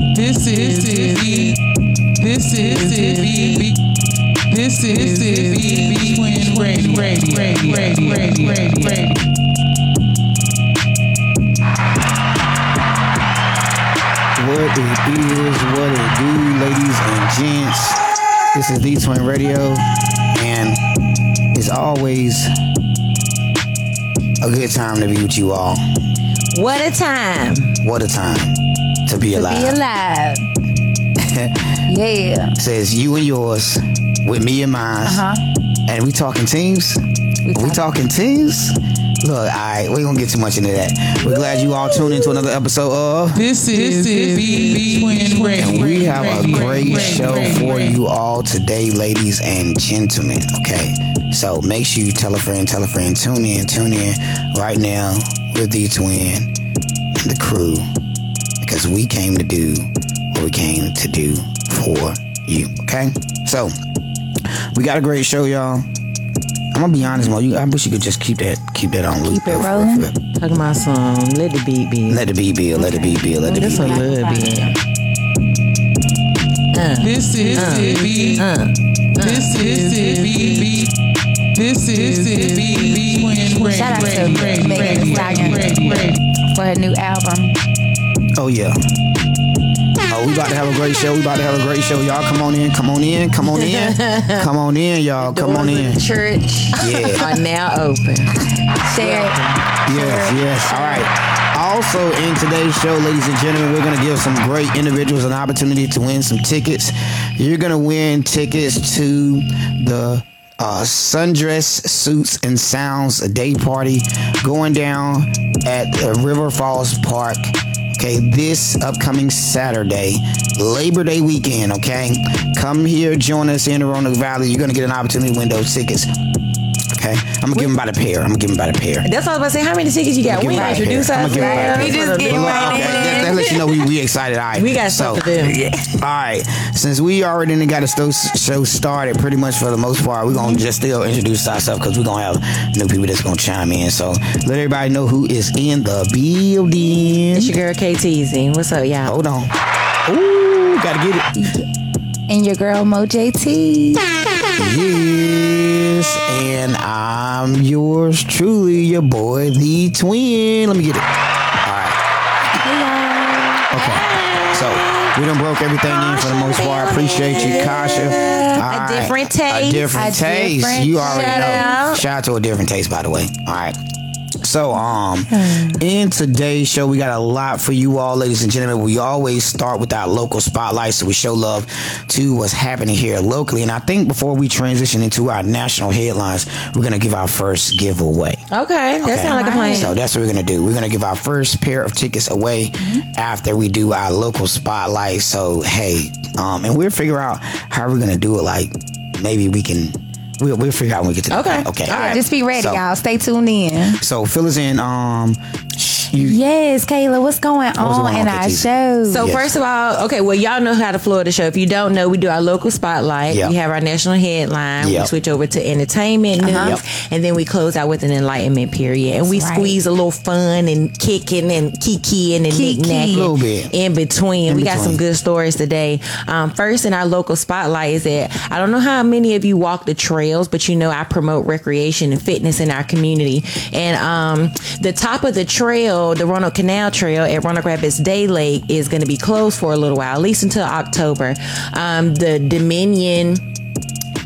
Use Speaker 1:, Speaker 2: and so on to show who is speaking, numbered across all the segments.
Speaker 1: is it. Be. This is it. Be. Be. This is it. Be. Be. Twin radio. Radio. Radio. Radio. Radio. Radio.
Speaker 2: What it is, what it do, ladies and gents. This is D Twin Radio, and it's always a good time to be with you all.
Speaker 3: What a time
Speaker 2: What a time to be
Speaker 3: to
Speaker 2: alive.
Speaker 3: be alive. yeah.
Speaker 2: Says you and yours, with me and mine,
Speaker 3: Huh?
Speaker 2: and we talking teams. Uh-huh. We, talking
Speaker 3: talking-
Speaker 2: teams. Look, all right, we gonna get too much into that. We're glad you all tuned into another episode of.
Speaker 1: This is it. Be. Be. Twin radio.
Speaker 2: We have a
Speaker 1: Radio.
Speaker 2: great
Speaker 1: Radio.
Speaker 2: show
Speaker 1: Radio.
Speaker 2: for
Speaker 1: Radio.
Speaker 2: you all today, ladies and gentlemen. Okay, so make sure you tell a friend, tell a friend, tune in, tune in right now with the twin and the crew because we came to do what we came to do for you. Okay, so we got a great show, y'all. I'm gonna be honest, Mo. You, I wish you could just keep that, keep that on loop.
Speaker 3: Keep it rolling.
Speaker 4: Talking about some. Let the beat be.
Speaker 2: Let the beat build. Let the beat build. Let the beat
Speaker 4: This a
Speaker 2: build.
Speaker 4: little bit.
Speaker 1: This is
Speaker 3: Uh,
Speaker 1: it. Be. This is it. Be. Be. This is it. Be. Be. Twin radio.
Speaker 3: Shout out to
Speaker 1: Radio.
Speaker 3: Megan Thee
Speaker 1: Radio.
Speaker 3: Stallion.
Speaker 1: Radio. Radio.
Speaker 3: For her new album.
Speaker 2: Oh yeah. Oh, we about to have a great show. We about to have a great show. Y'all come on in. Come on in. Come on in. Come on in, y'all. Come on in.
Speaker 3: The church
Speaker 2: Yeah.
Speaker 3: are now open. Share it.
Speaker 2: Yes, yes. All right. Also, in today's show, ladies and gentlemen, we're going to give some great individuals an opportunity to win some tickets. You're going to win tickets to the uh, Sundress Suits and Sounds Day Party going down at the River Falls Park okay, this upcoming Saturday, Labor Day weekend, okay? Come here, join us in the Roanoke Valley. You're gonna get an opportunity to win those tickets. Okay, I'm gonna give them by the pair. I'm gonna give them by the pair.
Speaker 4: That's all I was about to say. How many tickets you got? We
Speaker 2: Give 'em by
Speaker 4: ain't
Speaker 2: the pair.
Speaker 4: introduce
Speaker 2: I'ma
Speaker 4: us.
Speaker 2: give 'em by the
Speaker 4: girl.
Speaker 2: pair.
Speaker 4: We just
Speaker 2: Well,
Speaker 4: get right
Speaker 2: okay, That,
Speaker 4: in.
Speaker 2: that lets you know we, we excited. All right,
Speaker 4: We got
Speaker 2: so,
Speaker 4: stuff to do.
Speaker 2: All right, since we already done got a sto- show started, pretty much for the most part, we're gonna just still introduce ourselves because we're gonna have new people that's gonna chime in. So let everybody know who is in the building.
Speaker 4: It's your girl KTZ. What's up, y'all?
Speaker 2: Hold on. Ooh, gotta get it.
Speaker 3: And your girl Mo JT.
Speaker 2: Yes, and I'm yours truly, your boy, the twin. Let me get it. All right. Okay. So we done broke everything in for the most part. Appreciate you, Kasha. All right.
Speaker 4: different taste.
Speaker 2: A different
Speaker 3: A
Speaker 2: taste.
Speaker 3: different
Speaker 2: you already
Speaker 4: shout
Speaker 2: know.
Speaker 4: out.
Speaker 2: Shout out to a different taste, by the way. All right. So, um, in today's show, we got a lot for you all, ladies and gentlemen. We always start with our local spotlight, so we show love to what's happening here locally. And I think before we transition into our national headlines, we're gonna give our first giveaway.
Speaker 4: Okay, that sounds like a plan.
Speaker 2: So that's what we're gonna do. We're gonna give our first pair of tickets away
Speaker 4: Mm-hmm.
Speaker 2: after we do our local spotlight. So hey, um, and we'll figure out how we're gonna do it. Like maybe we can. We'll, we'll figure out when we get to the
Speaker 4: Okay.
Speaker 2: Okay.
Speaker 4: All right.
Speaker 3: Just be ready,
Speaker 2: So-
Speaker 3: y'all. Stay tuned in.
Speaker 2: So fill us in. Um, you
Speaker 3: Yes, Kayla, what's going on
Speaker 2: going on,
Speaker 3: in our
Speaker 2: Katisha?
Speaker 3: show?
Speaker 4: So
Speaker 2: Yes.
Speaker 4: first of all, okay, well y'all know how to Florida show. If you don't know, we do our local spotlight.
Speaker 2: Yeah.
Speaker 4: We have our national headline.
Speaker 2: Yeah. Uh-huh.
Speaker 4: We switch over to entertainment news,
Speaker 2: Yep.
Speaker 4: and then we close out with an enlightenment period. And we
Speaker 3: That's right.
Speaker 4: squeeze a little fun and kicking and kikiing and
Speaker 3: Kiki.
Speaker 4: knickknacking
Speaker 2: Little bit.
Speaker 4: in between. we got
Speaker 2: between.
Speaker 4: some good stories today. Um, first in our local spotlight is that I don't know how many of you walk the trails, but you know I promote recreation and fitness in our community. And um, the top of the trail, the Roanoke Canal Trail at Roanoke Rapids Day Lake, is going to be closed for a little while, at least until October. Um, the Dominion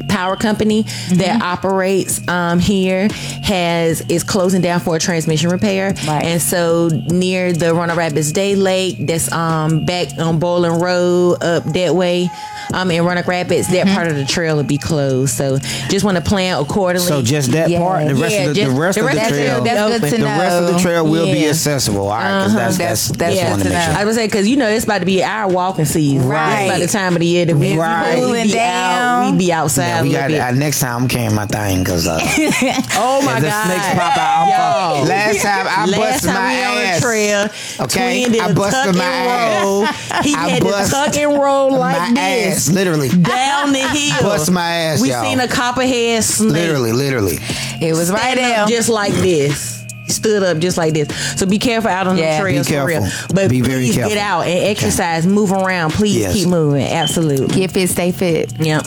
Speaker 4: power company that operates um, here has is closing down for a transmission repair
Speaker 3: Right.
Speaker 4: and so near the Runner Rapids Day Lake that's um, back on Bowling Road up that way um, in Runner Rapids that part of the trail will be closed so just want to plan accordingly
Speaker 2: so just that
Speaker 3: Yeah.
Speaker 2: part. The rest
Speaker 4: Yeah,
Speaker 2: of the,
Speaker 4: just-
Speaker 2: the rest
Speaker 4: the
Speaker 2: of the
Speaker 4: rest
Speaker 3: that's,
Speaker 4: of
Speaker 2: trail.
Speaker 3: good, that's good
Speaker 4: Open.
Speaker 3: to
Speaker 2: the
Speaker 3: know.
Speaker 2: rest of the trail will be
Speaker 4: Yeah. Uh-huh.
Speaker 2: accessible. All right, 'cause that's that's
Speaker 3: That's-
Speaker 2: that's,
Speaker 3: that's
Speaker 2: want to
Speaker 3: good
Speaker 2: make
Speaker 3: to
Speaker 2: sure.
Speaker 3: know.
Speaker 4: I was say because you know it's about to be our walking season.
Speaker 3: Right.
Speaker 4: It's about the time of the year that we,
Speaker 2: Right.
Speaker 4: we, be,
Speaker 3: Cooling
Speaker 4: out,
Speaker 3: down.
Speaker 4: we be outside.
Speaker 2: Yeah, we
Speaker 4: a little
Speaker 2: got
Speaker 4: bit.
Speaker 2: uh, next time. I'm carrying my thing because uh, if
Speaker 4: oh my
Speaker 2: the
Speaker 4: god!
Speaker 2: snakes pop out. I'm
Speaker 4: Yo.
Speaker 2: fucked. Last time I
Speaker 4: Last
Speaker 2: busted
Speaker 4: time
Speaker 2: my
Speaker 4: we
Speaker 2: ass.
Speaker 4: on the trail,
Speaker 2: Okay,
Speaker 4: Twin did
Speaker 2: I
Speaker 4: a
Speaker 2: busted
Speaker 4: tuck
Speaker 2: my ass.
Speaker 4: and roll. He
Speaker 2: I
Speaker 4: had
Speaker 2: bust
Speaker 4: to tuck and roll like
Speaker 2: my
Speaker 4: this
Speaker 2: ass, literally.
Speaker 4: down the hill.
Speaker 2: Bust my ass,
Speaker 4: We
Speaker 2: y'all.
Speaker 4: seen a copperhead snake
Speaker 2: Literally, literally.
Speaker 3: It was right
Speaker 4: stand up
Speaker 3: there.
Speaker 4: just like this. stood up just like this. So be careful out on
Speaker 3: Yeah.
Speaker 4: the trails
Speaker 2: Be
Speaker 4: for real.
Speaker 2: careful.
Speaker 4: But
Speaker 2: Be
Speaker 4: please
Speaker 2: very
Speaker 4: get
Speaker 2: careful.
Speaker 4: out and exercise, move around. Please
Speaker 2: Yes.
Speaker 4: keep moving. Absolutely.
Speaker 3: Get fit, stay fit.
Speaker 4: Yep.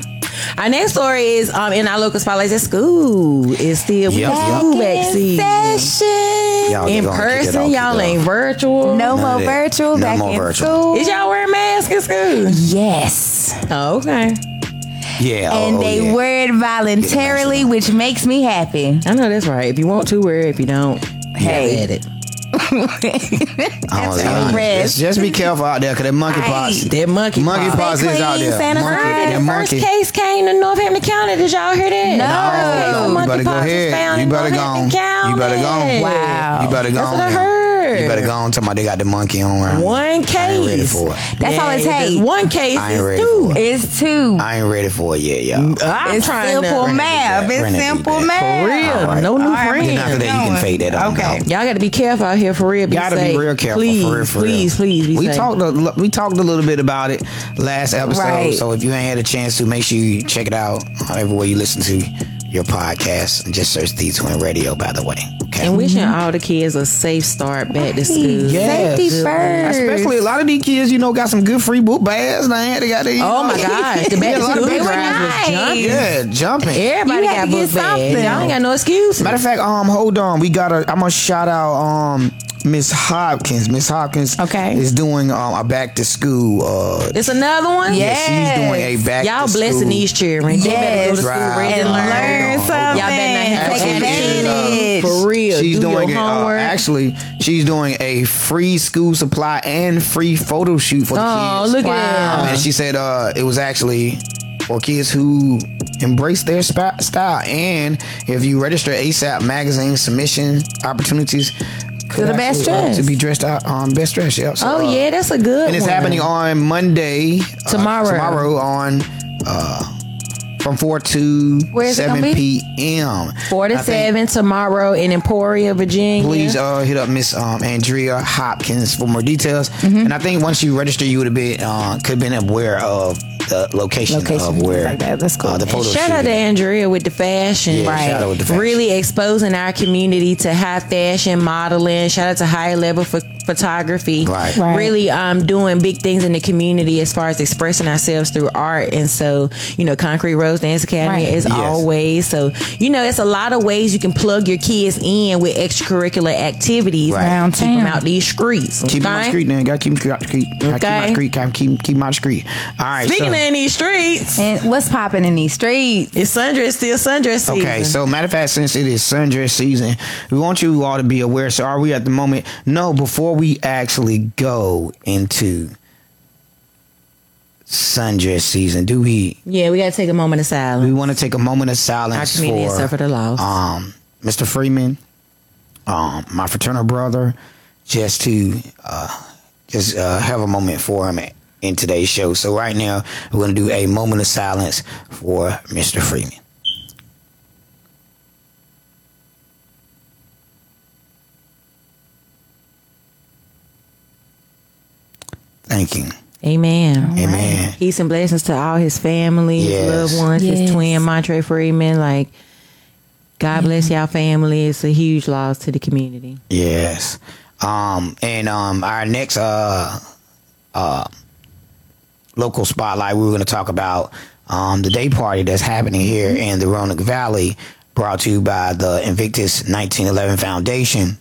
Speaker 4: Our next story is um, in our local spotlights at school. It's still we
Speaker 2: Yep,
Speaker 4: got
Speaker 2: yep.
Speaker 4: school
Speaker 3: Back in
Speaker 4: back season.
Speaker 3: session.
Speaker 2: Y'all keep going, keep
Speaker 4: In
Speaker 2: it
Speaker 4: person,
Speaker 2: off, keep it
Speaker 4: y'all
Speaker 2: off.
Speaker 4: ain't virtual.
Speaker 3: No
Speaker 2: None
Speaker 3: more
Speaker 2: of that.
Speaker 3: virtual.
Speaker 2: No
Speaker 3: back
Speaker 2: more
Speaker 3: in
Speaker 2: virtual.
Speaker 3: school.
Speaker 4: Is y'all wearing masks at school?
Speaker 3: Yes.
Speaker 4: Oh, okay.
Speaker 2: Yeah. oh,
Speaker 3: and
Speaker 2: oh,
Speaker 3: they
Speaker 2: yeah.
Speaker 3: wear it voluntarily, which makes me happy.
Speaker 4: I know that's right. If you want to wear it, if you don't,
Speaker 3: Hey.
Speaker 4: have at it.
Speaker 2: I was honest.
Speaker 3: That's all right.
Speaker 2: Oh, Just- Just be careful out there, cause that monkeypox.
Speaker 4: That monkey.
Speaker 2: Monkey pox
Speaker 4: pox.
Speaker 2: is out
Speaker 3: clean,
Speaker 2: there.
Speaker 3: sanitize.
Speaker 2: Monkey, that
Speaker 4: The first
Speaker 2: monkey. Oh,
Speaker 4: case came to Northampton County. Did y'all hear that?
Speaker 3: No.
Speaker 2: You better go
Speaker 4: Monkeypox was found
Speaker 2: ahead. You
Speaker 4: in
Speaker 2: better go.
Speaker 4: Northampton County.
Speaker 2: You better go.
Speaker 3: Wow.
Speaker 2: You better go.
Speaker 4: That's what I
Speaker 2: now.
Speaker 4: heard.
Speaker 2: You better go. I'm talking about they got the monkey on around.
Speaker 4: One case.
Speaker 2: I ain't ready for it.
Speaker 3: That's all
Speaker 4: Yeah,
Speaker 3: it
Speaker 4: just
Speaker 3: takes.
Speaker 4: One case
Speaker 2: I ain't
Speaker 4: is
Speaker 2: ready
Speaker 4: two.
Speaker 2: for
Speaker 3: It's two.
Speaker 2: I ain't ready for it yet, y'all.
Speaker 4: I'm
Speaker 3: It's
Speaker 4: trying to.
Speaker 3: simple
Speaker 2: Renee
Speaker 3: math.
Speaker 2: did that.
Speaker 3: It's
Speaker 2: Renee did
Speaker 3: simple
Speaker 2: that.
Speaker 3: math.
Speaker 4: For real,
Speaker 2: Alright.
Speaker 4: no new
Speaker 3: All right,
Speaker 2: Then after
Speaker 4: friends.
Speaker 2: that, you can
Speaker 3: Going.
Speaker 2: fade that on
Speaker 3: Okay.
Speaker 2: out.
Speaker 4: Y'all got to be careful out here for real. Be
Speaker 2: Gotta
Speaker 4: safe.
Speaker 2: be real careful,
Speaker 4: Please,
Speaker 2: for real, for real.
Speaker 4: please, please. Be
Speaker 2: we
Speaker 4: safe.
Speaker 2: talked. A, we talked a little bit about it last episode.
Speaker 3: Right.
Speaker 2: So if you ain't had a chance to, make sure you check it out on everywhere you listen to your podcast. And just search These Twin Radio, by the way. Okay.
Speaker 4: And wishing all the kids a safe start back to school.
Speaker 2: Yes.
Speaker 3: Safety first.
Speaker 2: Especially a lot of these kids, you know, got some good free book bags. Now they got these.
Speaker 4: Oh my gosh, the back
Speaker 2: Yeah,
Speaker 4: to
Speaker 2: a lot of
Speaker 4: school
Speaker 2: people-
Speaker 4: drives was jumping.
Speaker 2: Yeah, jumping.
Speaker 4: Everybody
Speaker 3: You had
Speaker 4: got
Speaker 3: to get
Speaker 4: book bags.
Speaker 3: something.
Speaker 4: Y'all ain't got no excuse.
Speaker 2: Matter of fact, um, hold on. We got a. I'm gonna shout out um Miss Hopkins. Miss Hopkins.
Speaker 3: Okay.
Speaker 2: Is doing um a back to school. Uh,
Speaker 4: It's another one.
Speaker 3: Yeah.
Speaker 2: she's doing a back.
Speaker 4: Y'all
Speaker 2: to
Speaker 4: blessing
Speaker 2: school.
Speaker 4: these children. They better go to
Speaker 3: Yes.
Speaker 4: school
Speaker 2: Drive.
Speaker 4: ready
Speaker 3: and
Speaker 4: to
Speaker 2: Hold on,
Speaker 3: learn
Speaker 2: hold on.
Speaker 3: something.
Speaker 4: Y'all better not
Speaker 3: Take
Speaker 4: have
Speaker 3: advantage.
Speaker 4: For real.
Speaker 2: Uh, She's
Speaker 4: do
Speaker 2: doing
Speaker 4: your
Speaker 2: a, uh,
Speaker 4: homework.
Speaker 2: actually. She's doing a free school supply and free photo shoot for the
Speaker 4: Oh,
Speaker 2: kids.
Speaker 4: look at Wow.
Speaker 2: Um, and she said uh, it was actually for kids who embrace their spa- style. And if you register ASAP magazine submission opportunities. could
Speaker 3: the best
Speaker 2: actually, uh,
Speaker 3: dress.
Speaker 2: to be dressed out on best dress. Yep. So,
Speaker 4: Oh
Speaker 2: uh,
Speaker 4: yeah, that's a good.
Speaker 2: and it's
Speaker 4: one.
Speaker 2: happening on Monday uh,
Speaker 4: Tomorrow.
Speaker 2: tomorrow on uh, from four to
Speaker 3: Where is it
Speaker 2: seven
Speaker 3: gonna be?
Speaker 2: p.m.
Speaker 4: four to
Speaker 2: I think-
Speaker 4: seven tomorrow in Emporia, Virginia.
Speaker 2: Please uh, hit up Miss um, Andrea Hopkins for more details.
Speaker 3: Mm-hmm.
Speaker 2: And I think once you register, you would have been uh, could have been aware of the location,
Speaker 3: Location,
Speaker 2: of
Speaker 3: things
Speaker 2: where
Speaker 3: like that. That's cool.
Speaker 2: uh, the
Speaker 3: And
Speaker 2: photo
Speaker 4: Shout
Speaker 2: shoot
Speaker 4: out to
Speaker 2: is.
Speaker 4: Andrea with the fashion.
Speaker 2: Yeah,
Speaker 3: Right.
Speaker 2: shout out with the fashion.
Speaker 4: Really exposing our community to high fashion modeling. Shout out to high level pho- photography.
Speaker 2: Right.
Speaker 3: Right.
Speaker 4: Really um, doing big things in the community as far as expressing ourselves through art. And so, you know, Concrete Rose Dance Academy
Speaker 3: Right.
Speaker 4: is
Speaker 2: Yes.
Speaker 4: always. So, you know, it's a lot of ways you can plug your kids in with extracurricular activities.
Speaker 2: Right.
Speaker 4: Keep 'em
Speaker 3: Downtown.
Speaker 4: out these streets.
Speaker 2: Keep them on the
Speaker 4: okay?
Speaker 2: street, man. Gotta keep them out the street. Gotta Keep 'em out
Speaker 4: Okay.
Speaker 2: the street. Gotta Keep keep 'em out the street. All right.
Speaker 4: Speaking
Speaker 2: so-
Speaker 4: of in these streets,
Speaker 3: And what's popping in these streets?
Speaker 4: it's sundress still sundress season.
Speaker 2: Okay, so matter of fact, since it is sundress season, we want you all to be aware. So, are we at the moment? No, before we actually go into sundress season, do we?
Speaker 4: yeah, we got to take a moment of silence.
Speaker 2: We want to take a moment of
Speaker 4: Our
Speaker 2: silence
Speaker 4: community has suffered
Speaker 2: for
Speaker 4: a loss.
Speaker 2: um, Mr. Freeman, um, my fraternal brother, just to uh, just uh, have a moment for him in today's show. So, right now, we're going to do a moment of silence for Mr. Freeman. Thank you.
Speaker 4: Amen.
Speaker 2: Amen.
Speaker 4: Peace and blessings to all his family,
Speaker 2: Yes.
Speaker 4: his loved ones, his
Speaker 3: Yes.
Speaker 4: twin, Montre Freeman. Like, God bless y'all family. It's a huge loss to the community.
Speaker 2: Yes. Um, and um, our next uh, uh, local spotlight, we were going to talk about um, the day party that's happening here in the Roanoke Valley, brought to you by the Invictus 1911 Foundation.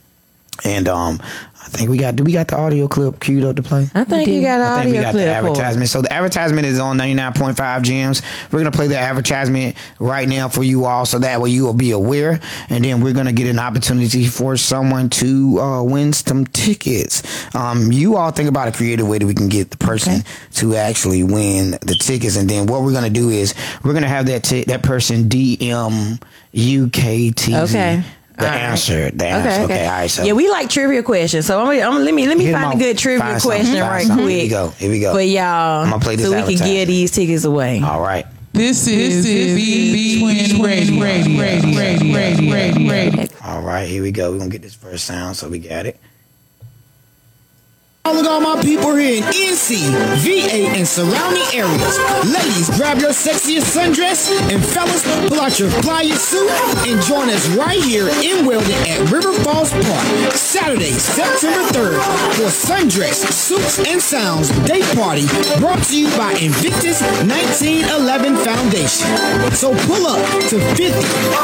Speaker 2: And um, I think we got do we got the audio clip queued up to play?
Speaker 4: I think you got
Speaker 2: I
Speaker 4: an
Speaker 2: think we
Speaker 4: audio
Speaker 2: got the
Speaker 4: clip for it.
Speaker 2: advertisement. So the advertisement is on 99.5 Gems. We're going to play the advertisement right now for you all so that way you will be aware. And then we're going to get an opportunity for someone to uh, win some tickets. Um, you all think about a creative way that we can get the person to actually win the tickets. And then what we're going to do is we're going to have that, ti- that person DM UKTV.
Speaker 4: Okay.
Speaker 2: The
Speaker 4: All right.
Speaker 2: answer. The answer. Okay. All right. So
Speaker 4: yeah, we like trivia questions. So I'm, gonna- I'm gonna- let me let me
Speaker 2: hit 'em
Speaker 4: find a
Speaker 2: off.
Speaker 4: good trivia
Speaker 2: Find something,
Speaker 4: question
Speaker 2: find
Speaker 4: right
Speaker 2: something. Here
Speaker 4: quick
Speaker 2: we go. Here we go.
Speaker 4: for y'all.
Speaker 2: I'm gonna play this Oh.
Speaker 4: so we can
Speaker 2: advertisement.
Speaker 4: give these tickets away.
Speaker 2: all right.
Speaker 1: This is B Twin Radio. Radio. Radio. Radio. Radio. Radio.
Speaker 2: All right, here we go. We're gonna get this first sound, so we got it.
Speaker 5: Look at all my people here in
Speaker 2: NC, VA, and surrounding areas. Ladies, grab your sexiest sundress, and fellas, pull out your flyer suit and join us right here in Weldon at River Falls Park, Saturday, September 3rd, for Sundress, Suits, and Sounds Day Party, brought to you by Invictus 1911 Foundation. So pull up to 50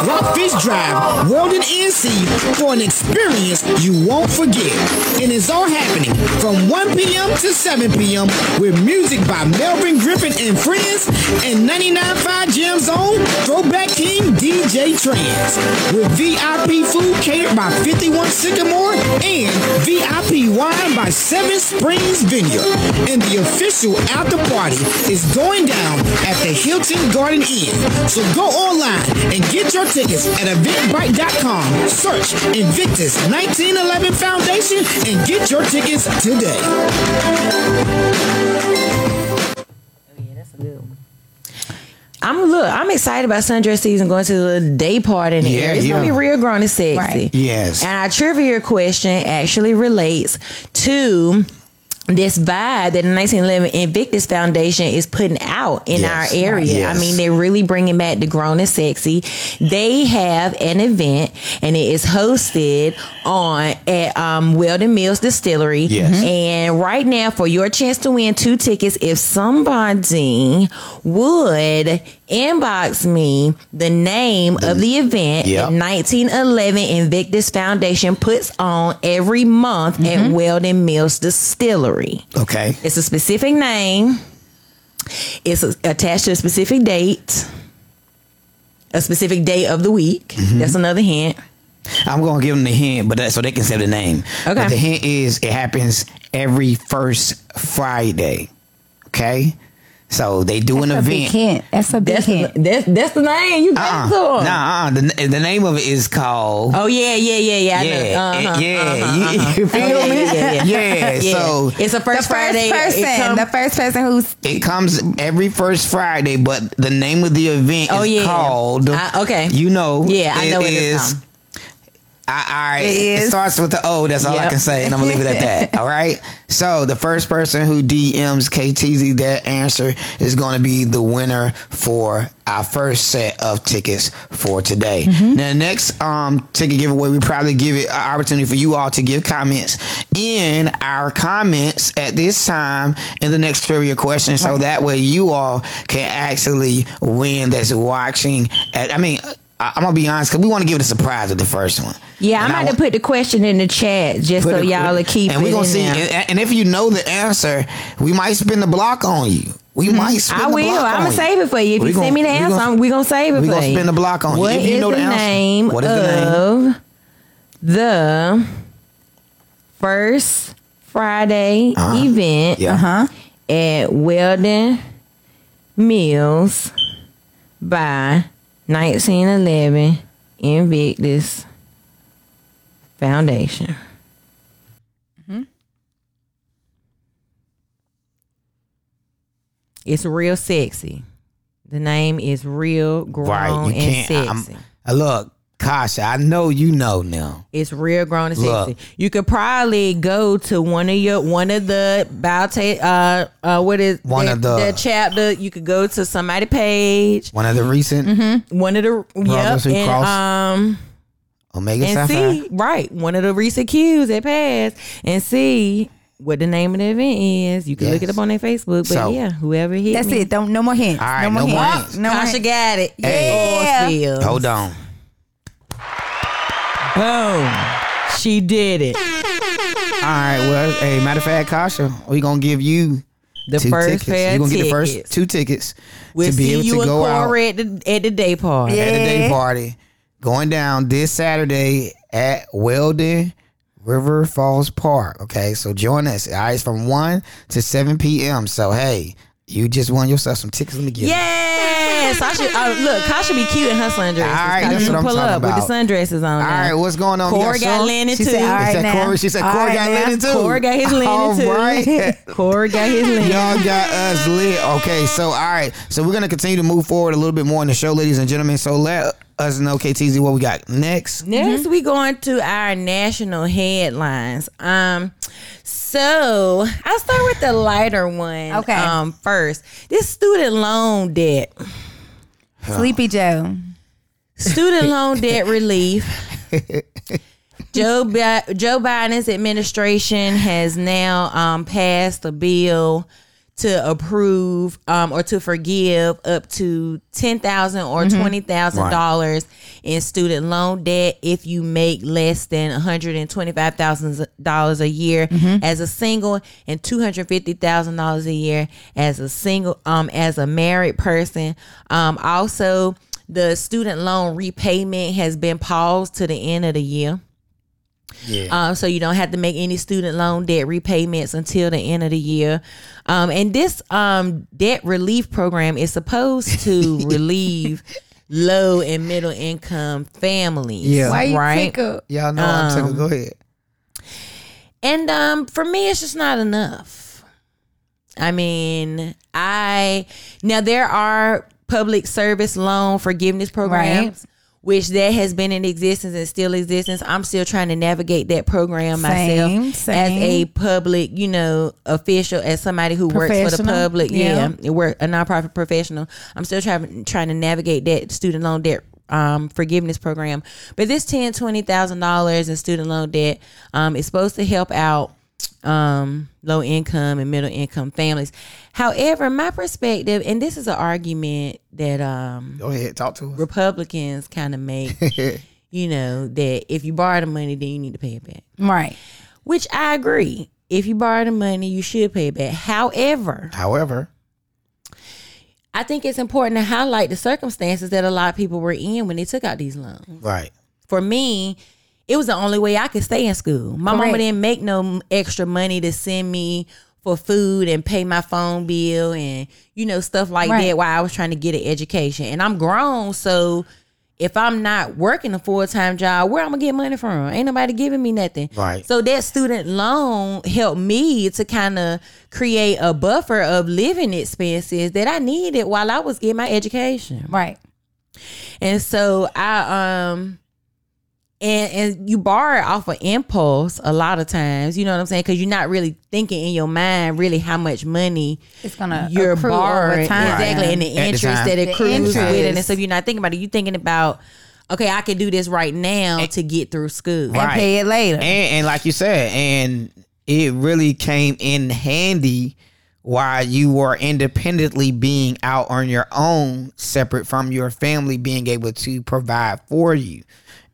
Speaker 2: Rockfish Drive, Weldon, NC, for an experience you won't forget. And it's all happening from 1 p.m. to 7 p.m. with music by Melvin Griffin and Friends and 99.5 Jam Zone Throwback King DJ Trans. With VIP food catered by 51 Sycamore and VIP wine by Seven Springs Vineyard. And the official after party is going down at the Hilton Garden Inn. So go online and get your tickets at eventbrite.com. Search Invictus 1911 Foundation and get your tickets today.
Speaker 3: Oh,
Speaker 4: I'm look. I'm excited about sundress season going to the day part in here.
Speaker 2: Yeah,
Speaker 4: It's gonna be
Speaker 2: yeah.
Speaker 4: real grown and sexy.
Speaker 3: Right.
Speaker 2: Yes.
Speaker 4: And our trivia question actually relates to this vibe that the 1911 Invictus Foundation is putting out in
Speaker 2: Yes.
Speaker 4: our area.
Speaker 2: Yes.
Speaker 4: I mean, they're really bringing back the grown and sexy. They have an event, and it is hosted on at um, Weldon Mills Distillery.
Speaker 2: Yes. Mhm.
Speaker 4: And right now, for your chance to win two tickets, if somebody would inbox me the name of the event
Speaker 2: Yep.
Speaker 4: at 1911 Invictus Foundation puts on every month at Weldon Mills Distillery.
Speaker 2: Okay.
Speaker 4: It's a specific name. It's attached to a specific date, a specific day of the week.
Speaker 2: Mm-hmm.
Speaker 4: That's another hint.
Speaker 2: I'm gonna give them the hint, but that, so they can say the name.
Speaker 4: Okay.
Speaker 2: But the hint is it happens every first Friday. Okay. So they do an
Speaker 3: That's a big
Speaker 2: event.
Speaker 3: hint. That's a big
Speaker 4: That's
Speaker 3: hint.
Speaker 4: the, that's, that's the name you
Speaker 2: Uh-uh.
Speaker 4: got to. 'em.
Speaker 2: Nah, uh, the, the name of it is called.
Speaker 4: Oh yeah, yeah, yeah, yeah. I
Speaker 2: yeah,
Speaker 4: know.
Speaker 2: it-
Speaker 4: Uh-huh,
Speaker 2: yeah,
Speaker 4: uh-huh,
Speaker 2: you,
Speaker 4: uh-huh.
Speaker 2: you feel
Speaker 4: Yeah,
Speaker 2: me?
Speaker 4: yeah, yeah,
Speaker 2: Yeah, so
Speaker 4: it's a
Speaker 3: The
Speaker 4: first,
Speaker 3: first
Speaker 4: Friday. it
Speaker 3: person,
Speaker 4: come-
Speaker 3: the first person who's
Speaker 2: it comes every first Friday, but the name of the event
Speaker 4: Oh,
Speaker 2: is
Speaker 4: yeah.
Speaker 2: called.
Speaker 4: I- okay.
Speaker 2: you know,
Speaker 4: Yeah, I know what it's called.
Speaker 2: I, I, it,
Speaker 3: It is.
Speaker 2: starts with the O. That's all I
Speaker 4: Yep.
Speaker 2: can say, and I'm gonna leave it at that. all right. So the first person who DMs KTZ that answer is going to be the winner for our first set of tickets for today.
Speaker 4: Mm-hmm.
Speaker 2: Now, the next um, ticket giveaway, we probably give it an opportunity for you all to give comments in our comments at this time in the next trivia question, so that way you all can actually win. That's watching. At, I mean. I- I'm gonna be honest because we want to give it a surprise at the first one.
Speaker 4: Yeah, I'm
Speaker 2: And I
Speaker 4: about to
Speaker 2: want-
Speaker 4: put the question in the chat just so
Speaker 2: put a-
Speaker 4: y'all will keep
Speaker 2: And
Speaker 4: it
Speaker 2: we're gonna
Speaker 4: in
Speaker 2: see.
Speaker 4: there.
Speaker 2: And, and if you know the answer, we might spin the block on you. We might spin
Speaker 4: Mm-hmm. I
Speaker 2: the
Speaker 4: will.
Speaker 2: block
Speaker 4: I'm
Speaker 2: on
Speaker 4: gonna
Speaker 2: you.
Speaker 4: save it for you. If
Speaker 2: We
Speaker 4: you
Speaker 2: gonna-
Speaker 4: send me the
Speaker 2: we
Speaker 4: answer,
Speaker 2: gonna-
Speaker 4: I'm- we gonna save it
Speaker 2: we
Speaker 4: for
Speaker 2: gonna
Speaker 4: you.
Speaker 2: spin the block on you.
Speaker 4: What
Speaker 2: If you
Speaker 4: is
Speaker 2: know
Speaker 4: the
Speaker 2: the answer,
Speaker 4: name
Speaker 2: what is the
Speaker 4: of the first Friday
Speaker 2: Uh-huh.
Speaker 4: event
Speaker 2: Yeah.
Speaker 3: huh?
Speaker 4: at Weldon Mills by 1911 Invictus Foundation.
Speaker 2: Mm-hmm.
Speaker 4: It's real sexy. The name is real grown
Speaker 2: Right. You
Speaker 4: and
Speaker 2: can't. I'm-
Speaker 4: sexy.
Speaker 2: uh, look, Kasha. I know you know now.
Speaker 4: It's real grown and sexy.
Speaker 2: Look.
Speaker 4: You could probably go to one of your one of the Balte uh uh what is
Speaker 2: One
Speaker 4: that-
Speaker 2: of the-
Speaker 4: that chapter. You could go to somebody page,
Speaker 2: One of the recent
Speaker 4: one of the
Speaker 2: Brothers
Speaker 4: yep,
Speaker 2: Who
Speaker 4: and
Speaker 2: Cross
Speaker 4: um
Speaker 2: Omega
Speaker 4: and
Speaker 2: Sapphire.
Speaker 4: see right one of the recent cues that passed and see what the name of the event is. You can look
Speaker 2: Yes.
Speaker 4: it up on their Facebook. But
Speaker 2: So-
Speaker 4: yeah, whoever hit
Speaker 3: That's
Speaker 4: me.
Speaker 3: it. Don't no more hints.
Speaker 2: All right,
Speaker 3: no more
Speaker 2: no more
Speaker 3: hints.
Speaker 2: hints.
Speaker 3: No more
Speaker 4: Tasha
Speaker 3: hints.
Speaker 4: got it.
Speaker 3: Hey.
Speaker 4: Yeah. Oil
Speaker 2: Hold on.
Speaker 4: Boom. She did it.
Speaker 2: All right. Well, hey, matter of fact, Kasha, we gonna give you
Speaker 4: The
Speaker 2: two
Speaker 4: first
Speaker 2: tickets.
Speaker 4: pair
Speaker 2: You're gonna
Speaker 4: of
Speaker 2: get the
Speaker 4: tickets.
Speaker 2: first two tickets
Speaker 4: We'll
Speaker 2: to be
Speaker 4: see
Speaker 2: able
Speaker 4: you
Speaker 2: to
Speaker 4: and
Speaker 2: go out.
Speaker 4: Cora at the, at the day party.
Speaker 3: Yeah.
Speaker 2: Saturday party going down this Saturday at Weldon River Falls Park. Okay, so join us. All right, it's from 1 to 7 p.m. So, hey, you just won yourself some tickets. Let me get them.
Speaker 4: Yes, I should uh, look. Kasha be cute in her sundress.
Speaker 2: All right,
Speaker 4: Kasha
Speaker 2: that's
Speaker 4: should
Speaker 2: what I'm
Speaker 4: pull
Speaker 2: talking
Speaker 4: up with the sundresses
Speaker 2: All
Speaker 4: on.
Speaker 2: right, what's going on?
Speaker 4: Corey
Speaker 2: You
Speaker 4: got
Speaker 2: sure?
Speaker 4: linen
Speaker 3: Oh, She
Speaker 4: too.
Speaker 3: said, all
Speaker 2: She
Speaker 3: right
Speaker 2: said
Speaker 3: now.
Speaker 2: Corey, she said
Speaker 3: All
Speaker 2: Corey
Speaker 3: right
Speaker 2: got
Speaker 3: now.
Speaker 2: linen too.
Speaker 4: Corey got his linen
Speaker 2: All
Speaker 4: too.
Speaker 2: right.
Speaker 4: Corey got his linen.
Speaker 2: Y'all got us lit. Okay, so all right, so we're gonna continue to move forward a little bit more in the show, ladies and gentlemen. So let us know, KTZ, what we got next.
Speaker 4: Next, we going to our national headlines. Um, So I'll start with the lighter one.
Speaker 3: Okay.
Speaker 4: Um, first, this student loan debt,
Speaker 3: Sleepy Joe.
Speaker 4: student loan debt relief. Joe Bi- Joe Biden's administration has now um, passed a bill to approve um, or to forgive up to ten thousand or thousand dollars in student loan debt if you make less than one hundred and twenty five thousand dollars a year as a single and two hundred fifty thousand dollars a year as a single um, as a married person. Um, also. The student loan repayment has been paused to the end of the year.
Speaker 2: Yeah.
Speaker 4: Um, so you don't have to make any student loan debt repayments until the end of the year. Um, and this um, debt relief program is supposed to relieve low and middle income families.
Speaker 2: Yeah.
Speaker 3: Why you
Speaker 4: right.
Speaker 3: tickled?
Speaker 2: Y'all know I'm tickled. Go ahead.
Speaker 4: And um, for me, it's just not enough. I mean, I now there are public service loan forgiveness programs. Which that has been in existence and still existence. I'm still trying to navigate that program
Speaker 3: Same,
Speaker 4: myself as
Speaker 3: same.
Speaker 4: a public, you know, official, as somebody who works for the
Speaker 3: Professional,
Speaker 4: public.
Speaker 3: yeah.
Speaker 4: Yeah, yeah work a nonprofit professional. I'm still trying trying to navigate that student loan debt um, forgiveness program. But this ten twenty thousand dollars in student loan debt um, is supposed to help out um, low income and middle income families. However, my perspective, and this is an argument that um,
Speaker 2: Go ahead. Talk to us.
Speaker 4: Republicans kind of make, you know, that if you borrow the money, then you need to pay it back.
Speaker 3: Right.
Speaker 4: Which I agree. If you borrow the money, you should pay it back. However,
Speaker 2: However,
Speaker 4: I think it's important to highlight the circumstances that a lot of people were in when they took out these loans.
Speaker 2: right.
Speaker 4: For me, it was the only way I could stay in school. My mama
Speaker 3: Correct.
Speaker 4: didn't make no extra money to send me for food and pay my phone bill and you know stuff like
Speaker 3: Right.
Speaker 4: that while I was trying to get an education. And I'm grown, so if I'm not working a full time job, where I'm gonna get money from? Ain't nobody giving me nothing.
Speaker 2: Right.
Speaker 4: So that student loan helped me to kind of create a buffer of living expenses that I needed while I was getting my education.
Speaker 3: Right.
Speaker 4: And so I um and and you borrow off of impulse a lot of times, you know what I'm saying? Cuz you're not really thinking in your mind really how much money
Speaker 3: It's gonna
Speaker 4: you're
Speaker 3: accrue
Speaker 4: borrowing
Speaker 3: over time.
Speaker 4: exactly and the
Speaker 2: At the
Speaker 4: interest
Speaker 2: time.
Speaker 4: that
Speaker 3: The
Speaker 4: accrues with it and
Speaker 3: interest.
Speaker 4: stuff. You're not thinking about it. You're thinking about okay, I can do this right now to get through school.
Speaker 3: and
Speaker 2: Right.
Speaker 3: pay it later.
Speaker 2: And, and like you said, and it really came in handy while you were independently being out on your own, separate from your family being able to provide for you.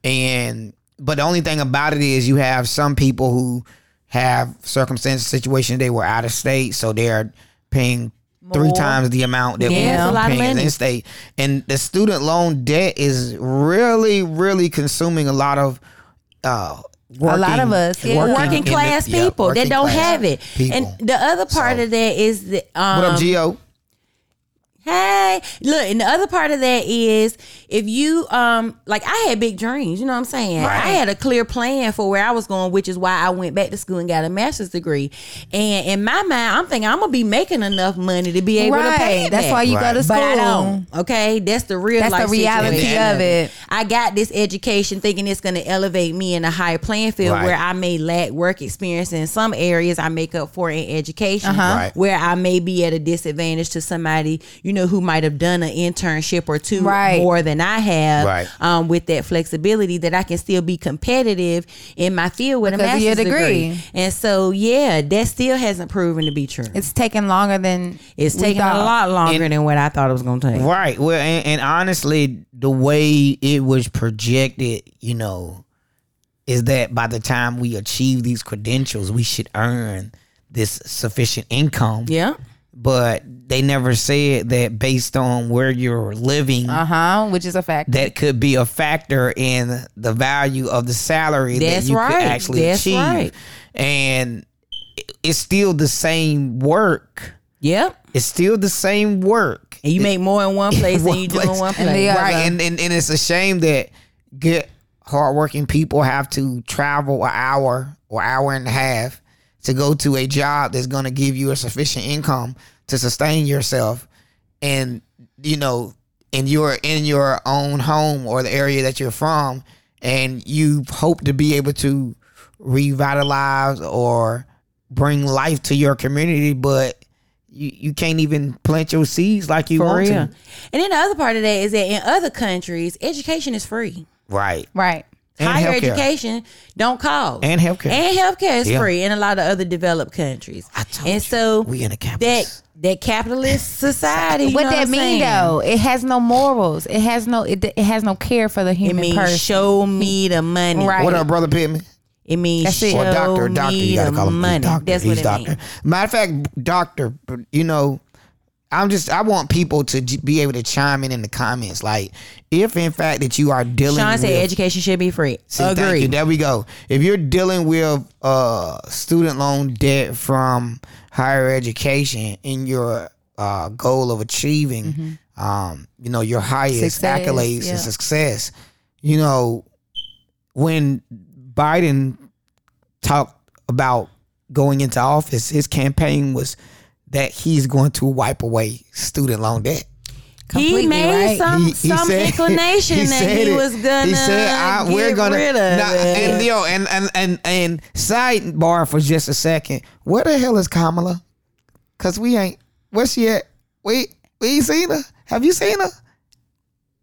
Speaker 2: And but the only thing about it is you have some people who have circumstances, situations they were out of state, so they're paying three times the amount that
Speaker 4: Yeah, it's a
Speaker 2: we were
Speaker 4: lot of
Speaker 2: paying
Speaker 4: money.
Speaker 2: in state. And the student loan debt is really, really consuming a lot of uh,
Speaker 3: A lot of us, yeah.
Speaker 4: working,
Speaker 2: in the-
Speaker 4: class
Speaker 2: yeah,
Speaker 4: people
Speaker 2: working
Speaker 4: that don't
Speaker 2: class
Speaker 4: have it.
Speaker 2: people.
Speaker 4: And the other part
Speaker 2: So-
Speaker 4: of that is that um,
Speaker 2: what up, Geo?
Speaker 4: Hey, look, and the other part of that is if you um like I had big dreams, you know what I'm saying? I had a clear plan for where I was going, which is why I went back to school and got a master's degree. And in my mind, I'm thinking I'm gonna be making enough money to be able to pay.
Speaker 3: right.
Speaker 4: it
Speaker 3: That's
Speaker 4: back.
Speaker 3: why you
Speaker 2: Right.
Speaker 3: go to
Speaker 2: But
Speaker 3: school.
Speaker 4: But I don't. Okay, that's the real.
Speaker 3: That's
Speaker 4: life
Speaker 3: the reality
Speaker 4: situation
Speaker 3: of it.
Speaker 4: I got this education thinking it's going to elevate me in a higher playing field
Speaker 2: Right.
Speaker 4: where I may lack work experience in some areas I make up for in education,
Speaker 3: Uh-huh.
Speaker 2: Right.
Speaker 4: where I may be at a disadvantage to somebody you know who might have done an internship or two
Speaker 3: Right.
Speaker 4: more than I have.
Speaker 2: Right.
Speaker 4: Um, with that flexibility, that I can still be competitive in my field with
Speaker 3: Because
Speaker 4: a
Speaker 3: of your
Speaker 4: master's degree.
Speaker 3: degree.
Speaker 4: And so, yeah, that still hasn't proven to be true. It's,
Speaker 3: It's taking longer than we
Speaker 4: taking a
Speaker 3: thought.
Speaker 4: lot longer than what I thought it was going to take.
Speaker 2: Right. Well, and, and honestly, the way it was projected, you know, is that by the time we achieve these credentials, we should earn this sufficient income.
Speaker 4: Yeah.
Speaker 2: But they never said that based on where you're living,
Speaker 3: Uh
Speaker 4: Uh-huh,
Speaker 3: huh. Which is a fact.
Speaker 2: that could be a factor in the value of the salary
Speaker 4: That's
Speaker 2: that you
Speaker 4: right.
Speaker 2: could actually
Speaker 4: That's
Speaker 2: achieve.
Speaker 4: right.
Speaker 2: And it- it's still the same work.
Speaker 4: Yep.
Speaker 2: It's still the same work.
Speaker 4: And you make more in one place than
Speaker 2: one
Speaker 4: you do in
Speaker 2: place.
Speaker 4: one
Speaker 3: And they
Speaker 4: place.
Speaker 3: are-
Speaker 2: Right. And, and and it's a shame that good hardworking people have to travel an hour or hour and a half to go to a job that's gonna give you a sufficient income to sustain yourself and you know, and you're in your own home or the area that you're from and you hope to be able to revitalize or bring life to your community, but you, you can't even plant your seeds like you
Speaker 5: For
Speaker 2: want
Speaker 5: real.
Speaker 2: to.
Speaker 4: And then the other part of that is that in other countries, education is free.
Speaker 2: Right.
Speaker 3: Right.
Speaker 2: And
Speaker 4: Higher
Speaker 2: healthcare.
Speaker 4: education don't cost.
Speaker 2: And healthcare.
Speaker 4: And healthcare is
Speaker 2: Yeah.
Speaker 4: free in a lot of other developed countries.
Speaker 2: I told
Speaker 4: and
Speaker 2: you,
Speaker 4: so
Speaker 2: we in a capitalist.
Speaker 4: that that capitalist society. you
Speaker 3: what
Speaker 4: know
Speaker 3: that
Speaker 4: I'm
Speaker 3: mean
Speaker 4: saying?
Speaker 3: though? It has no morals. It has no. It, it has no care for the
Speaker 4: It
Speaker 3: human
Speaker 4: means
Speaker 3: person.
Speaker 4: show me the money.
Speaker 3: Right.
Speaker 2: What up, brother Pittman?
Speaker 4: It means
Speaker 3: That's it.
Speaker 4: show
Speaker 2: Or doctor,
Speaker 4: me
Speaker 2: doctor, you gotta
Speaker 4: the
Speaker 2: call him
Speaker 4: money.
Speaker 2: doctor.
Speaker 4: That's
Speaker 2: He's
Speaker 4: what it
Speaker 2: doctor.
Speaker 4: means.
Speaker 2: Matter of fact, doctor, you know, I'm just I want people to j- be able to chime in in the comments, like if in fact that you are dealing
Speaker 4: Sean
Speaker 2: with
Speaker 4: said education should be free.
Speaker 2: See, thank
Speaker 4: Agree.
Speaker 2: you. There we go. If you're dealing with uh student loan debt from higher education in your uh goal of achieving um you know your highest
Speaker 3: Mm-hmm. Success,
Speaker 2: accolades
Speaker 3: yeah.
Speaker 2: and success, you know when Biden talked about going into office, his campaign was that he's going to wipe away student loan debt.
Speaker 4: He
Speaker 3: Completely
Speaker 4: made
Speaker 3: right.
Speaker 4: some some inclination that he
Speaker 2: said it.
Speaker 4: was gonna
Speaker 2: He said, I,
Speaker 4: get
Speaker 2: "We're gonna."
Speaker 4: rid of
Speaker 2: Nah,
Speaker 4: it.
Speaker 2: and yo, and and and and sidebar for just a second. Where the hell is Kamala? Cause we ain't. Where she at? We we ain't seen her. Have you seen her?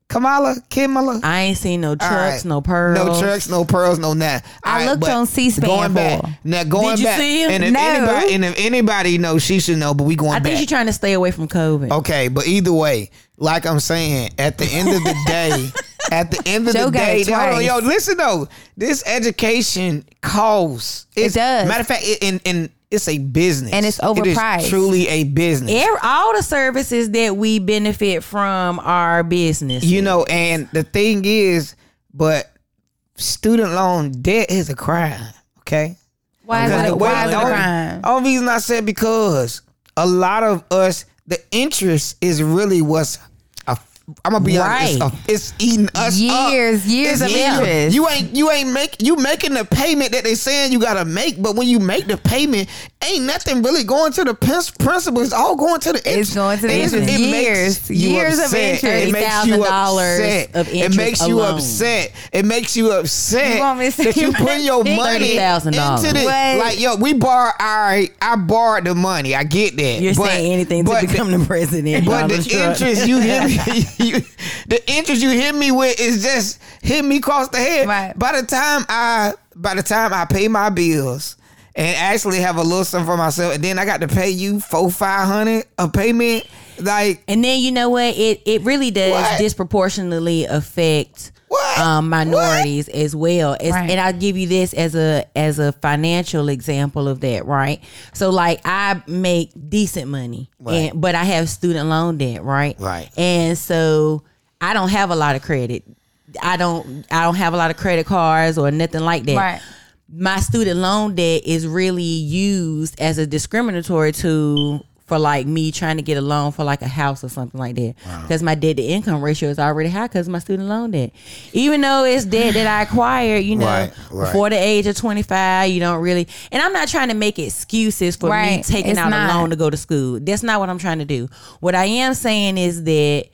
Speaker 2: Kamala, Kimala.
Speaker 4: I ain't seen Uh, no trucks,
Speaker 2: Alright.
Speaker 4: no pearls.
Speaker 2: No trucks, no pearls, no nothing.
Speaker 3: I
Speaker 2: Alright,
Speaker 3: looked
Speaker 2: but
Speaker 3: on C-SPAN
Speaker 2: Going back
Speaker 3: for 'em.
Speaker 2: now, going
Speaker 4: Did you
Speaker 2: back,
Speaker 4: see 'em?
Speaker 2: and if
Speaker 3: No.
Speaker 2: anybody, and if anybody knows, she should know. But we going
Speaker 4: I
Speaker 2: back. Oh.
Speaker 4: think she's trying to stay away from COVID.
Speaker 2: Okay, but either way, like I'm saying, at the end of the day, at the end of
Speaker 3: Joe
Speaker 2: the
Speaker 3: got
Speaker 2: day,
Speaker 3: it
Speaker 2: hold on,
Speaker 3: twice.
Speaker 2: yo, listen though, this education costs. It's-
Speaker 3: does.
Speaker 2: Matter of fact, it, and and it's a business,
Speaker 3: And it's
Speaker 2: It is
Speaker 3: overpriced.
Speaker 2: truly a business.
Speaker 4: Ev- all the services that we benefit from our business.
Speaker 2: You know, and the thing is, but student loan debt is a crime. Okay,
Speaker 3: Why is
Speaker 2: Because
Speaker 3: it?
Speaker 2: the way-
Speaker 3: Why is it
Speaker 2: the
Speaker 3: a
Speaker 2: only-
Speaker 3: crime?
Speaker 2: Only reason I said because a lot of us, the interest is really what's. i I'm gonna be honest. It's, a- it's eating us up.
Speaker 3: Years, years
Speaker 2: It's
Speaker 3: of
Speaker 2: eating-
Speaker 3: interest.
Speaker 2: You ain't you ain't make you making the payment that they saying you gotta make, but when you make the payment, ain't nothing really going to the prin- principal. It's all going to the interest.
Speaker 3: going to the
Speaker 2: It's-
Speaker 3: interest.
Speaker 2: makes
Speaker 3: Years,
Speaker 2: you
Speaker 3: years of
Speaker 2: upset. It
Speaker 3: interest.
Speaker 2: makes you
Speaker 4: $30,000
Speaker 2: upset.
Speaker 4: of
Speaker 2: It
Speaker 4: interest
Speaker 2: makes you
Speaker 4: alone.
Speaker 2: upset. It makes you upset
Speaker 3: You want me to say
Speaker 2: that you
Speaker 3: my
Speaker 2: put your
Speaker 3: thing?
Speaker 2: money
Speaker 4: $30,000.
Speaker 2: into this.
Speaker 3: What?
Speaker 2: Like yo, we borrow. All right, I borrowed the money. I get that.
Speaker 4: You're
Speaker 2: But-
Speaker 4: saying anything
Speaker 2: but
Speaker 4: to
Speaker 2: the-
Speaker 4: become the, president.
Speaker 2: but the
Speaker 4: Donald Trump.
Speaker 2: interest you hit me, you, the interest you hit me with is just hit me across the head.
Speaker 3: Right.
Speaker 2: By the time I, by the time I pay my bills and actually have a little something for myself, and then I got to pay you four five hundred a payment. Like
Speaker 4: And then you know what? It it really does
Speaker 2: What?
Speaker 4: disproportionately affect
Speaker 2: What?
Speaker 4: um, minorities as well. It's,
Speaker 3: Right.
Speaker 4: And I'll give you this as a as a financial example of that. Right. So like I make decent money, and, but I have student loan debt. Right.
Speaker 2: Right.
Speaker 4: And so I don't have a lot of credit. I don't I don't have a lot of credit cards or nothing like that
Speaker 3: Right.
Speaker 4: my student loan debt is really used as a discriminatory tool for like me trying to get a loan for like a house or something like that because my debt to income ratio is already high because my student loan debt even though it's debt that i acquired you know
Speaker 2: Right, right.
Speaker 4: before the age of 25 you don't really and i'm not trying to make excuses for me
Speaker 3: Right,
Speaker 4: taking
Speaker 3: it's
Speaker 4: out
Speaker 3: not.
Speaker 4: a loan to go to school that's not what i'm trying to do what i am saying is that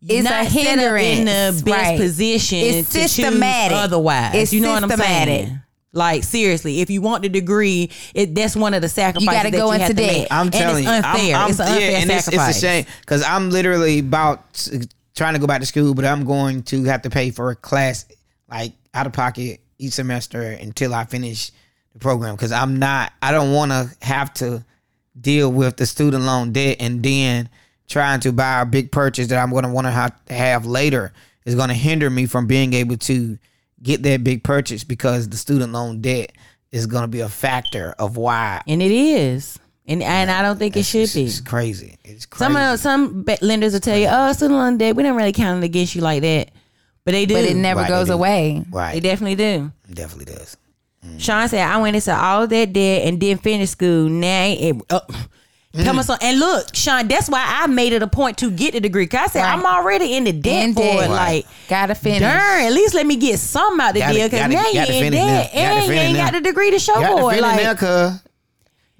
Speaker 4: you're
Speaker 3: It's
Speaker 4: not
Speaker 3: a
Speaker 4: set up in the
Speaker 3: hindrance,
Speaker 4: best
Speaker 3: right.
Speaker 4: position
Speaker 3: It's
Speaker 4: to choose
Speaker 3: systematic.
Speaker 4: otherwise
Speaker 3: It's
Speaker 4: you know what i'm
Speaker 3: systematic.
Speaker 4: saying like seriously, if you want the degree, it, that's one of the sacrifices
Speaker 3: gotta
Speaker 4: that
Speaker 3: go
Speaker 4: you have
Speaker 3: into
Speaker 4: to
Speaker 3: debt.
Speaker 4: make.
Speaker 2: I'm
Speaker 4: and
Speaker 2: telling
Speaker 4: it's unfair.
Speaker 2: you, I'm, I'm,
Speaker 4: it's an unfair
Speaker 2: yeah, and it's,
Speaker 4: sacrifice.
Speaker 2: it's a shame because I'm literally about to, trying to go back to school, but I'm going to have to pay for a class like out of pocket each semester until I finish the program because I'm not. I don't want to have to deal with the student loan debt and then trying to buy a big purchase that I'm going to want to have, have later is going to hinder me from being able to get that big purchase because the student loan debt is going to be a factor of why
Speaker 4: And it is, and and I don't think it should
Speaker 2: it's,
Speaker 4: be.
Speaker 2: it's crazy. It's crazy.
Speaker 4: Some of, some ba- lenders will tell you, "Oh, student loan debt, we don't really count it against you like that," but they do.
Speaker 3: But it never
Speaker 2: Right,
Speaker 3: goes
Speaker 2: they do.
Speaker 3: away.
Speaker 2: right. Mm.
Speaker 4: They definitely do.
Speaker 2: definitely does.
Speaker 4: Sean said, "I went into all that debt and didn't finish school. Now it." Uh,
Speaker 2: Mm.
Speaker 4: Come on, son. and look, Sean. That's why I made it a point to get the degree. Cause I said
Speaker 3: Right.
Speaker 4: I'm already in the debt
Speaker 3: In
Speaker 4: for
Speaker 3: debt.
Speaker 4: it.
Speaker 3: Right.
Speaker 4: Like,
Speaker 3: Gotta finish.
Speaker 4: Darn, at least let me get some out the
Speaker 2: Gotta-
Speaker 4: deal because
Speaker 2: gotta-
Speaker 4: now you
Speaker 2: gotta
Speaker 4: ain't
Speaker 2: finish now.
Speaker 4: dead
Speaker 2: Gotta
Speaker 4: and you
Speaker 2: finish
Speaker 4: ain't
Speaker 2: now.
Speaker 4: got the degree to show
Speaker 2: Got
Speaker 4: for
Speaker 2: the
Speaker 4: it.
Speaker 2: feeling
Speaker 4: Like,
Speaker 2: now, cuz.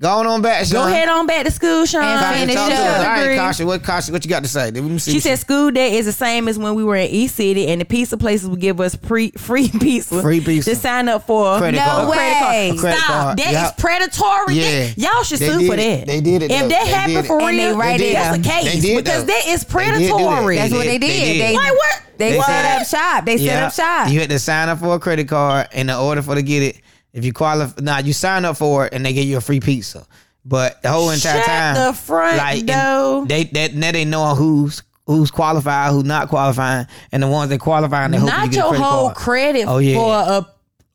Speaker 2: Going on back, Sean.
Speaker 4: Oh, Go ahead on back to school, Sean.
Speaker 3: And
Speaker 2: Kasha,
Speaker 3: finish
Speaker 2: talk to
Speaker 3: up.
Speaker 2: us. All right,
Speaker 4: Agree.
Speaker 2: Kasha, what Kasha, what you got to say? Let me see
Speaker 4: She
Speaker 2: what you-
Speaker 4: said school day is the same as when we were in East City, and the pizza places would give us pre, free pizza.
Speaker 2: Free pizza.
Speaker 4: Just sign up for
Speaker 2: Credit
Speaker 4: a
Speaker 2: card.
Speaker 3: No way.
Speaker 4: credit card.
Speaker 2: Credit
Speaker 4: Stop.
Speaker 2: card.
Speaker 4: That is
Speaker 2: Yup.
Speaker 4: predatory.
Speaker 2: Yeah.
Speaker 4: Y'all should
Speaker 2: They
Speaker 4: sue for
Speaker 2: did it.
Speaker 4: that.
Speaker 2: They did it,
Speaker 4: If
Speaker 2: though.
Speaker 4: that
Speaker 2: They
Speaker 4: happened
Speaker 2: did it.
Speaker 4: for
Speaker 3: And they
Speaker 4: real,
Speaker 3: right
Speaker 4: that's a
Speaker 3: there.
Speaker 4: case
Speaker 2: They did,
Speaker 4: because
Speaker 2: though.
Speaker 4: that is
Speaker 2: They did do that.
Speaker 4: predatory.
Speaker 3: That's what they did. They-
Speaker 4: Why what?
Speaker 3: They
Speaker 2: They
Speaker 3: set up
Speaker 2: said-
Speaker 3: shop. They set up shop.
Speaker 2: You had to sign up for a credit card, and in order for to get it, if you qualify, nah, you sign up for it, and they give you a free pizza. But the whole entire
Speaker 4: Shut
Speaker 2: time,
Speaker 4: the front
Speaker 2: and
Speaker 4: door.
Speaker 2: They that now they know who's who's qualified, who not qualifying, and the ones that qualifying, they hope you
Speaker 4: Not
Speaker 2: get a
Speaker 4: your
Speaker 2: credit
Speaker 4: whole
Speaker 2: card.
Speaker 4: credit
Speaker 2: Oh, yeah.
Speaker 4: for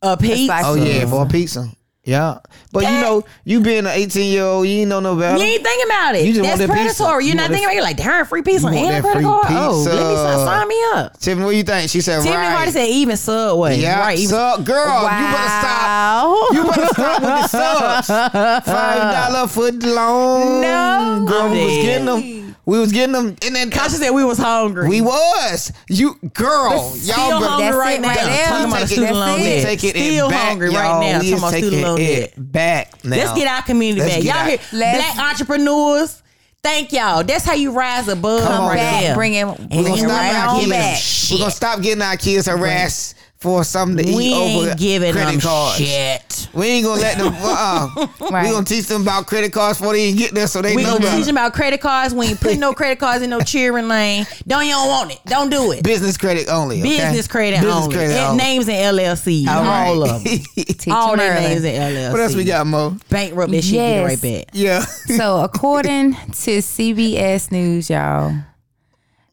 Speaker 4: a a pizza.
Speaker 3: like-
Speaker 2: Oh yeah, for a pizza. Yeah, but you know, you being an eighteen year old, you ain't know no better.
Speaker 4: You ain't thinking about it.
Speaker 2: You just want
Speaker 4: That's
Speaker 2: that
Speaker 4: predatory.
Speaker 2: pizza.
Speaker 4: You're
Speaker 2: You
Speaker 4: not
Speaker 2: want
Speaker 4: thinking
Speaker 2: that-
Speaker 4: about it. You're like, darn, free pizza
Speaker 2: want
Speaker 4: and a
Speaker 2: that
Speaker 4: credit
Speaker 2: free
Speaker 4: card. Oh, let me
Speaker 2: pizza.
Speaker 4: sign, sign me up.
Speaker 2: Tiffany, what you think? She said,
Speaker 4: Tiffany
Speaker 2: right.
Speaker 4: Hardy said, even Subway.
Speaker 2: yeah,
Speaker 4: right. Even
Speaker 2: sub girl, you better stop.
Speaker 3: Wow.
Speaker 2: You better stop with the subs. Five dollar foot long.
Speaker 4: No.
Speaker 2: girl, we was
Speaker 4: I'm
Speaker 2: getting them. We was getting them, and then
Speaker 4: Kasha said we was hungry.
Speaker 2: we was you girl. Y'all
Speaker 4: still
Speaker 2: better
Speaker 4: hungry
Speaker 3: That's
Speaker 4: right
Speaker 3: it
Speaker 4: now.
Speaker 3: right there.
Speaker 4: Talking about a
Speaker 3: That's
Speaker 4: student loan
Speaker 3: it.
Speaker 2: We
Speaker 4: debt.
Speaker 2: take it
Speaker 4: Still
Speaker 2: back,
Speaker 4: hungry
Speaker 2: y'all.
Speaker 4: right now.
Speaker 2: We
Speaker 4: Talking
Speaker 2: is
Speaker 4: about student
Speaker 2: taking
Speaker 4: loan debt.
Speaker 2: it back now.
Speaker 4: Let's get our community
Speaker 2: Let's
Speaker 4: back.
Speaker 2: get
Speaker 4: Y'all
Speaker 2: our-
Speaker 4: here,
Speaker 3: Let's-
Speaker 4: black entrepreneurs. Thank y'all. That's how you rise above.
Speaker 2: Come
Speaker 4: right
Speaker 2: back.
Speaker 4: there.
Speaker 3: Bring it-
Speaker 2: We're
Speaker 3: Bring
Speaker 2: gonna
Speaker 3: it
Speaker 2: stop
Speaker 3: right
Speaker 2: our
Speaker 3: on
Speaker 2: kids.
Speaker 3: back.
Speaker 2: We're gonna stop getting our kids harassed for something to
Speaker 4: We
Speaker 2: eat E over
Speaker 4: ain't giving
Speaker 2: credit
Speaker 4: them
Speaker 2: cards.
Speaker 4: shit.
Speaker 2: We ain't gonna let them. Uh,
Speaker 3: Right.
Speaker 2: We gonna teach them about credit cards before they even get there, so they
Speaker 4: We
Speaker 2: know
Speaker 4: gonna teach
Speaker 2: better.
Speaker 4: them about credit cards. We ain't putting no credit cards in no cheering lane. Don't you don't want it. Don't do it.
Speaker 2: Business credit only. okay?
Speaker 4: Business credit
Speaker 2: Business
Speaker 4: only.
Speaker 2: credit
Speaker 4: It-
Speaker 2: only.
Speaker 4: Names and LLC. All,
Speaker 2: right.
Speaker 4: of them.
Speaker 3: Teach
Speaker 4: All
Speaker 3: them
Speaker 4: their
Speaker 3: early.
Speaker 4: names and LLC.
Speaker 2: What else we got, Mo?
Speaker 4: Bankrupt that shit. Get it
Speaker 3: Yes.
Speaker 4: right back.
Speaker 2: Yeah.
Speaker 3: So, according to CBS News, y'all,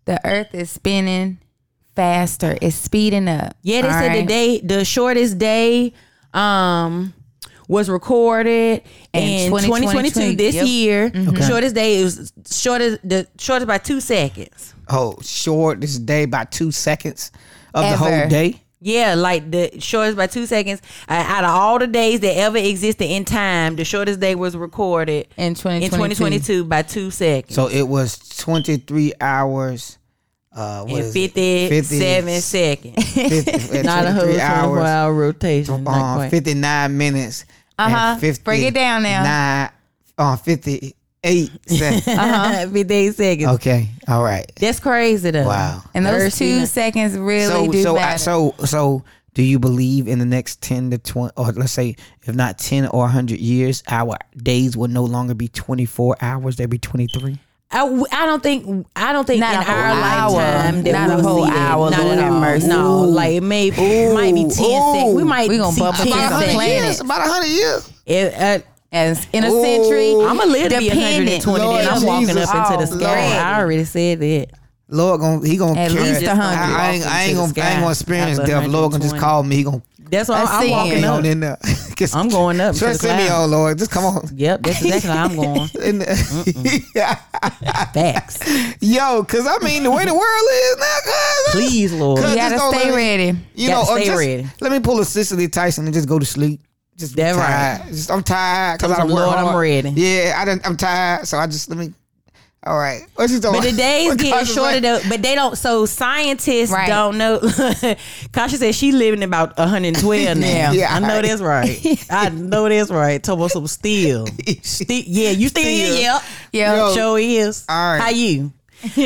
Speaker 3: the Earth is spinning faster. It's speeding up.
Speaker 4: Yeah, they
Speaker 3: All
Speaker 4: said
Speaker 3: right?
Speaker 4: the day the shortest day um was recorded in,
Speaker 3: In
Speaker 4: 2022
Speaker 3: 2022,
Speaker 4: this
Speaker 3: yep.
Speaker 4: year.
Speaker 2: Mm-hmm.
Speaker 4: Shortest day is shortest the shortest by 2 seconds.
Speaker 2: Oh, short this day by two seconds of the whole
Speaker 3: Ever.
Speaker 2: day.
Speaker 4: Yeah, like the shortest by 2 seconds uh, out of all the days that ever existed in time, the shortest day was recorded
Speaker 3: in 2022.
Speaker 4: in 2022 by 2 seconds.
Speaker 2: So it was twenty three hours. Uh, what
Speaker 4: in
Speaker 2: is it?
Speaker 4: 57
Speaker 2: 50
Speaker 4: seconds.
Speaker 2: 50 uh,
Speaker 4: Not a whole
Speaker 2: 23
Speaker 4: 24
Speaker 2: hours.
Speaker 4: hour rotation. not
Speaker 2: uh,
Speaker 4: quite.
Speaker 2: 59 minutes. and
Speaker 3: Uh-huh. Break it down now.
Speaker 2: 59 uh, 58 seconds.
Speaker 4: 58 seconds.
Speaker 2: okay. All right.
Speaker 4: That's crazy though.
Speaker 2: Wow.
Speaker 3: And those
Speaker 4: Thirsty.
Speaker 3: two seconds really
Speaker 2: So
Speaker 3: do
Speaker 2: so I,
Speaker 3: matter.
Speaker 2: so so do you believe in the next 10 to 20 or let's say if not 10 or 100 years our days will no longer be 24 hours they'll be 23?
Speaker 4: I, I don't think I don't think
Speaker 3: Not
Speaker 4: in
Speaker 3: a whole
Speaker 4: our
Speaker 3: hour.
Speaker 4: lifetime that
Speaker 3: Not
Speaker 4: we'll
Speaker 3: a whole
Speaker 4: see that.
Speaker 3: hour,
Speaker 4: Not
Speaker 3: Lord
Speaker 4: at
Speaker 3: have
Speaker 4: all.
Speaker 3: mercy.
Speaker 4: No, like maybe might be ten seconds. We
Speaker 2: Ooh.
Speaker 4: might
Speaker 3: We gonna
Speaker 4: see
Speaker 3: bump up
Speaker 4: ten
Speaker 3: against
Speaker 4: seconds.
Speaker 3: the planet.
Speaker 2: Yes, about 100 years.
Speaker 4: It- uh,
Speaker 3: As in a
Speaker 2: Ooh.
Speaker 3: century,
Speaker 4: I'ma live to be
Speaker 3: dependent.
Speaker 4: 120,
Speaker 2: Lord
Speaker 4: then I'm walking
Speaker 2: Jesus.
Speaker 4: up into the
Speaker 3: Oh,
Speaker 4: sky. I already said that.
Speaker 2: Lord gonna he gonna
Speaker 3: At
Speaker 2: carry-
Speaker 3: least
Speaker 2: I-
Speaker 3: 100.
Speaker 2: I, ain't, I ain't gonna
Speaker 4: Walking to the
Speaker 2: I ain't
Speaker 4: sky
Speaker 2: gonna experience
Speaker 4: after
Speaker 2: death. Lord gonna just
Speaker 4: 120.
Speaker 2: call me. He gonna
Speaker 4: That's why I'm,
Speaker 3: I see
Speaker 4: I'm walking
Speaker 3: it.
Speaker 2: get
Speaker 4: up.
Speaker 2: on in there. 'Cause
Speaker 4: I'm going up to the
Speaker 2: Trust in me,
Speaker 4: cloud.
Speaker 2: oh Lord. Just come on.
Speaker 4: Yep, that's exactly how I'm going.
Speaker 2: In the-
Speaker 4: Facts.
Speaker 2: Yo, cause I mean the way the world is now, cuz
Speaker 4: Please, Lord.
Speaker 2: Cuz
Speaker 3: You
Speaker 2: just
Speaker 3: gotta
Speaker 2: don't
Speaker 3: stay
Speaker 2: let me-
Speaker 3: ready.
Speaker 2: You
Speaker 4: Gotta
Speaker 2: know, or
Speaker 4: stay
Speaker 2: just,
Speaker 4: ready.
Speaker 2: let me pull a Cicely Tyson and just go to sleep. Just
Speaker 4: That
Speaker 2: tired. Just, I'm tired because
Speaker 4: Tell
Speaker 2: I done
Speaker 4: some
Speaker 2: worked
Speaker 4: Lord I'm
Speaker 2: hard.
Speaker 4: ready.
Speaker 2: Yeah, I done, I'm tired, so I just let me. All right, what you
Speaker 4: But the days getting shorter
Speaker 2: shorter
Speaker 4: though. But they don't. So scientists
Speaker 3: Right.
Speaker 4: don't know. Kasha said she living about 112 now.
Speaker 2: Yeah.
Speaker 4: I know that's right. I know that's right. Talk about some steel. Ste- yeah, you still,
Speaker 2: Still.
Speaker 4: here? Yep.
Speaker 3: Yeah.
Speaker 2: Yo.
Speaker 4: Show is.
Speaker 2: All right.
Speaker 4: How you?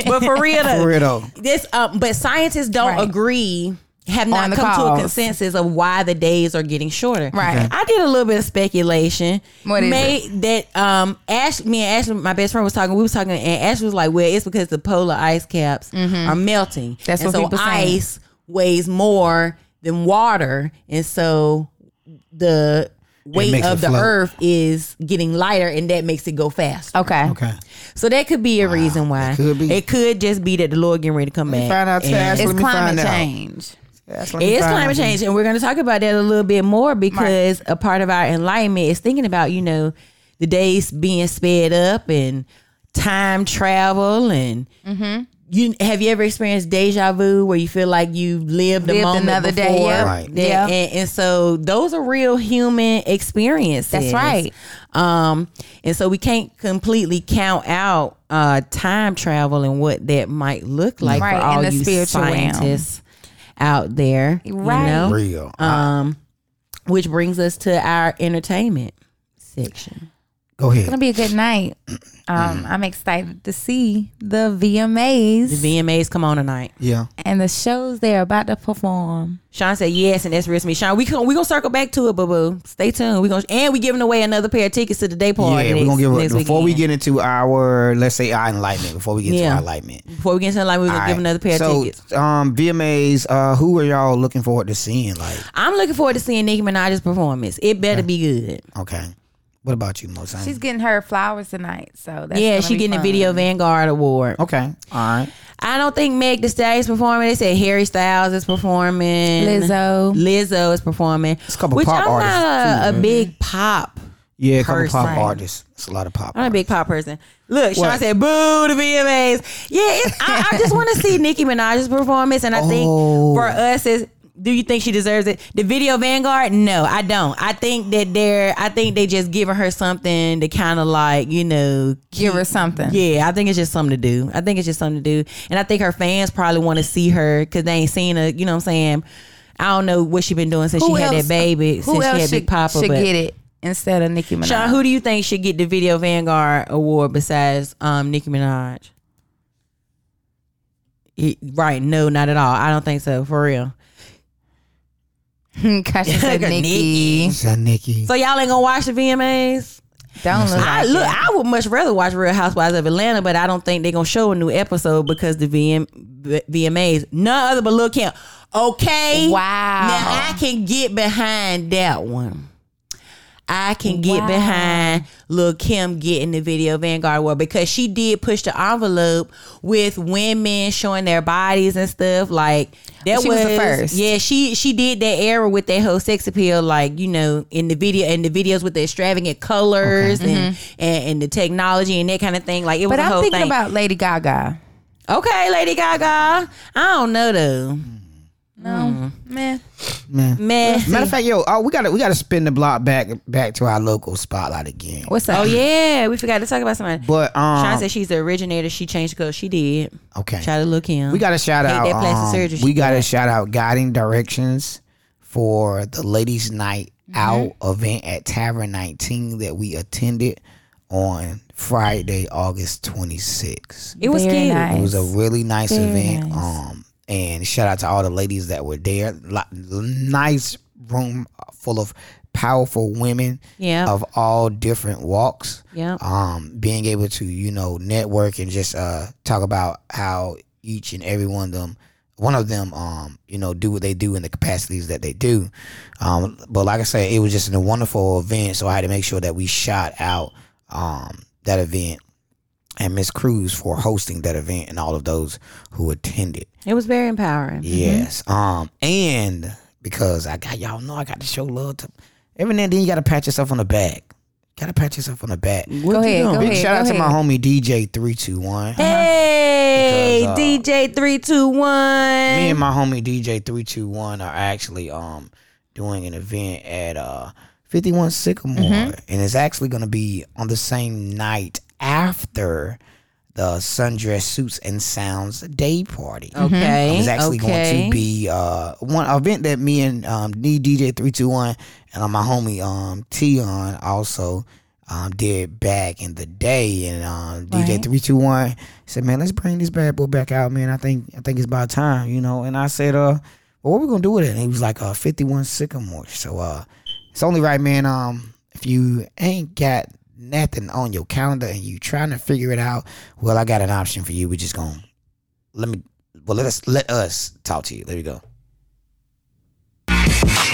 Speaker 4: But for real though.
Speaker 2: For real though.
Speaker 4: This. Um. But scientists don't
Speaker 3: Right.
Speaker 4: agree. Have
Speaker 3: On
Speaker 4: not
Speaker 3: the
Speaker 4: come to a
Speaker 3: cause.
Speaker 4: consensus of why the days are getting shorter.
Speaker 3: Right. Okay.
Speaker 4: I did a little bit of speculation.
Speaker 3: What is
Speaker 4: May- that um Ash me and Ashley, my best friend was talking, we was talking and Ashley was like, Well, it's because the polar ice caps are melting.
Speaker 3: Mm-hmm. That's
Speaker 4: and
Speaker 3: what
Speaker 4: so
Speaker 3: people saying.
Speaker 4: ice weighs more than water. And so the weight
Speaker 2: makes it
Speaker 4: of the
Speaker 2: float.
Speaker 4: earth is getting lighter and that makes it go faster.
Speaker 3: Okay.
Speaker 2: Okay,
Speaker 4: So that could be a reason why. It
Speaker 2: could be.
Speaker 4: could just be that the Lord getting ready to come back.
Speaker 2: find out
Speaker 4: and-
Speaker 2: fast.
Speaker 3: It's
Speaker 2: Let me
Speaker 3: climate
Speaker 2: find out.
Speaker 3: change.
Speaker 2: That's what
Speaker 4: It
Speaker 2: I'm
Speaker 4: is
Speaker 2: trying
Speaker 4: climate
Speaker 2: to-
Speaker 4: change, and we're going to talk about that a little bit more because a part of our enlightenment is thinking about you know the days being sped up and time travel and.
Speaker 3: Mm-hmm.
Speaker 4: You have you ever experienced deja vu where you feel like you've lived, a
Speaker 3: Lived
Speaker 4: moment
Speaker 3: another day,
Speaker 4: before?
Speaker 3: yep.
Speaker 2: Right.
Speaker 4: That-
Speaker 3: Yep.
Speaker 4: and, and so those are real human experiences.
Speaker 3: That's right.
Speaker 4: Um, and so we can't completely count out uh, time travel and what that might look like
Speaker 3: Right,
Speaker 4: for
Speaker 3: in
Speaker 4: all
Speaker 3: the
Speaker 4: you
Speaker 3: spiritual realm.
Speaker 4: scientists out there.
Speaker 3: Right.
Speaker 4: You know? Uh,
Speaker 2: Real.
Speaker 4: Um, which brings us to our entertainment section.
Speaker 2: Go ahead.
Speaker 3: gonna be a good night. Um, I'm excited to see the VMAs
Speaker 4: The VMAs come on tonight.
Speaker 2: Yeah.
Speaker 3: and the shows they're about to perform.
Speaker 4: Sean said yes, and that's risk me. Sean, we can, we gonna circle back to it, boo boo. Stay tuned. We gonna and we giving away another pair of tickets to the day party.
Speaker 2: Yeah, we're
Speaker 4: next-
Speaker 2: gonna give
Speaker 4: next
Speaker 2: a, before we
Speaker 4: weekend.
Speaker 2: get into our let's say our enlightenment. Before we get to
Speaker 4: Yeah.
Speaker 2: our enlightenment,
Speaker 4: before we get into the line, we're gonna
Speaker 2: All
Speaker 4: give
Speaker 2: right.
Speaker 4: another pair
Speaker 2: so,
Speaker 4: of tickets.
Speaker 2: Um, VMAs. Uh, who are y'all looking forward to seeing? Like,
Speaker 4: I'm looking forward to seeing Nicki Minaj's performance. It better be good.
Speaker 2: okay, what about you, Mo? She's
Speaker 3: She's getting her flowers tonight, so that's
Speaker 4: yeah,
Speaker 3: gonna
Speaker 4: she
Speaker 3: be
Speaker 4: getting
Speaker 3: fun.
Speaker 4: a Video Vanguard Award.
Speaker 2: okay. All right.
Speaker 4: I don't think Meg Thee Stallion's performing. They said Harry Styles is performing.
Speaker 3: Lizzo.
Speaker 4: Lizzo is performing.
Speaker 2: It's a couple
Speaker 4: which
Speaker 2: pop
Speaker 4: I'm
Speaker 2: artists,
Speaker 4: not a,
Speaker 2: too,
Speaker 4: a big pop.
Speaker 2: Yeah, a couple
Speaker 4: Person.
Speaker 2: pop artists. It's a lot of pop.
Speaker 4: I'm not a big pop person. Look, Sean
Speaker 2: What?
Speaker 4: said, "Boo the VMAs." Yeah, it's, I, I just want to see Nicki Minaj's performance, and I think
Speaker 2: Oh.
Speaker 4: for us is. Do you think she deserves it? The video Vanguard? No, I don't. I think that they're. I think they just giving her something to kind of like you know
Speaker 3: Give her something.
Speaker 4: yeah, I think it's just something to do. I think it's just something to do. And I think her fans probably want to see her because they ain't seen her, you know what I'm saying? I don't know what she been doing since
Speaker 3: Who
Speaker 4: she had
Speaker 3: else-
Speaker 4: that
Speaker 3: uh,
Speaker 4: baby,
Speaker 3: Who
Speaker 4: since she
Speaker 3: else
Speaker 4: had
Speaker 3: should,
Speaker 4: Big Papa.
Speaker 3: should
Speaker 4: but
Speaker 3: get it instead of Nicki Minaj?
Speaker 4: Sean, who do you think should get the Video Vanguard Award besides um, Nicki Minaj? He- right, no, not at all. I don't think so, for real.
Speaker 3: Kasha said
Speaker 4: Nicki.
Speaker 3: Nicki.
Speaker 2: Is that Nikki?
Speaker 4: So y'all ain't gonna watch the VMAs?
Speaker 3: Don't look.
Speaker 4: I
Speaker 3: like
Speaker 4: look.
Speaker 3: it.
Speaker 4: I would much rather watch Real Housewives of Atlanta, but I don't think they're gonna show a new episode because the VM V- VMAs. None other but Lil Kim. Okay.
Speaker 3: Wow.
Speaker 4: Now I can get behind that one. I can get
Speaker 3: Wow.
Speaker 4: behind Lil Kim getting the video Vanguard Award because she did push the envelope with women showing their bodies and stuff. Like that
Speaker 3: She was the first.
Speaker 4: Yeah, she she did that era with that whole sex appeal, like you know, in the video and the videos with the extravagant colors and, and and the technology and that kind of thing. Like it was a
Speaker 3: Mm-hmm. but I'm
Speaker 4: whole
Speaker 3: thinking
Speaker 4: thing.
Speaker 3: about Lady Gaga.
Speaker 4: okay, Lady Gaga. I don't know though.
Speaker 3: Mm.
Speaker 4: Mm.
Speaker 3: No, man.
Speaker 2: Man.
Speaker 4: Man,
Speaker 2: Matter of fact, yo, oh, we gotta we gotta spin the block back back to our local spotlight again.
Speaker 3: What's up?
Speaker 4: oh yeah, we forgot to talk about somebody.
Speaker 2: But um,
Speaker 4: Sean said she's the originator. She changed the code. She did.
Speaker 2: okay,
Speaker 4: Shout out to Lil Kim.
Speaker 2: we gotta shout
Speaker 4: Hate
Speaker 2: out.
Speaker 4: that plastic
Speaker 2: um,
Speaker 4: surgery
Speaker 2: we
Speaker 4: she
Speaker 2: gotta
Speaker 4: got.
Speaker 2: shout out guiding directions for the ladies' night out
Speaker 4: Mm-hmm.
Speaker 2: event at Tavern 19 that we attended on Friday, August 26th.
Speaker 4: It was
Speaker 3: Very
Speaker 4: cute.
Speaker 3: nice.
Speaker 2: It was a really nice
Speaker 3: Very
Speaker 2: event.
Speaker 3: nice.
Speaker 2: Um, and shout out to all the ladies that were there. Lo- nice room full of powerful women
Speaker 4: Yeah.
Speaker 2: of all different walks.
Speaker 4: Yeah.
Speaker 2: Um, being able to you know network and just uh talk about how each and every one of them. One of them, um, you know, do what they do in the capacities that they do, um, but like I said, it was just a wonderful event. So I had to make sure that we shot out um, that event and Miss Cruz for hosting that event and all of those who attended.
Speaker 4: It was very empowering.
Speaker 3: Mm-hmm.
Speaker 2: Yes. Um, and because I got y'all know I got to show love to every now and then you gotta pat yourself on the back. Gotta pat yourself on the back.
Speaker 3: Go ahead. Go
Speaker 2: Big
Speaker 3: ahead.
Speaker 2: shout
Speaker 3: go
Speaker 2: out to
Speaker 3: ahead.
Speaker 2: my homie DJ three two one.
Speaker 4: Hey,
Speaker 2: Because, uh,
Speaker 4: DJ three two
Speaker 2: Me
Speaker 4: one.
Speaker 2: and my homie DJ three two one are actually um doing an event at uh fifty one Sycamore, and it's actually gonna be on the same night after the Sundress Suits and Sounds Day Party.
Speaker 4: Okay,
Speaker 2: It's actually going
Speaker 4: okay.
Speaker 2: to be uh, one event that me and um, D- DJ three two one and uh, my homie um, Tion also um, did back in the day, and um, DJ three two one said, "Man, let's bring this bad boy back out, man. I think I think it's about time, you know." And I said, "Uh, well, what we gonna do with it?" And he was like, "Uh, fifty one Sycamore." So uh, it's only right, man. Um, if you ain't got nothing on your calendar and you trying to figure it out, well, I got an option for you. We just gonna let me well let us let us talk to you there you go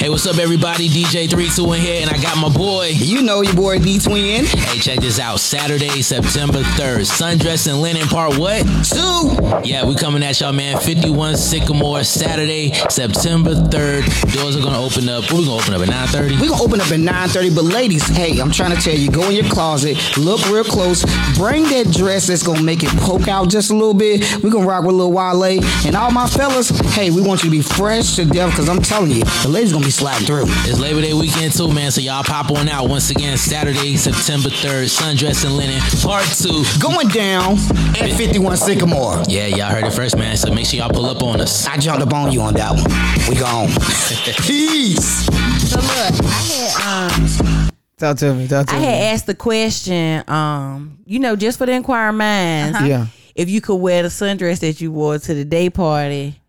Speaker 6: Hey, what's up, everybody? DJ 321 here, and I got my boy.
Speaker 2: you know your boy d twin
Speaker 6: Hey, check this out. Saturday, September 3rd. Sundress and Linen Part what? Two. Yeah, we coming at y'all, man. 51 Sycamore, Saturday, September 3rd. Doors are going to open up. What we going to open up at 930?
Speaker 2: we gonna open up at 9.30 but ladies hey i'm trying to tell you go in your closet look real close bring that dress that's gonna make it poke out just a little bit we gonna rock with Lil wale and all my fellas hey we want you to be fresh to death because i'm telling you the ladies gonna be sliding through
Speaker 6: It's Labor Day weekend too, man. So y'all pop on out once again Saturday, September 3rd, Sundress and Linen, part two.
Speaker 2: going down at 51 sycamore
Speaker 6: Yeah, y'all heard it first, man. So make sure y'all pull up on us.
Speaker 2: i jumped up on you on that one we gone peace
Speaker 4: So look, I had um
Speaker 2: Talk to me. Talk to
Speaker 4: I
Speaker 2: me.
Speaker 4: had asked the question, um, you know, just for the inquiring minds,
Speaker 2: Yeah.
Speaker 4: if you could wear the sundress that you wore to the day party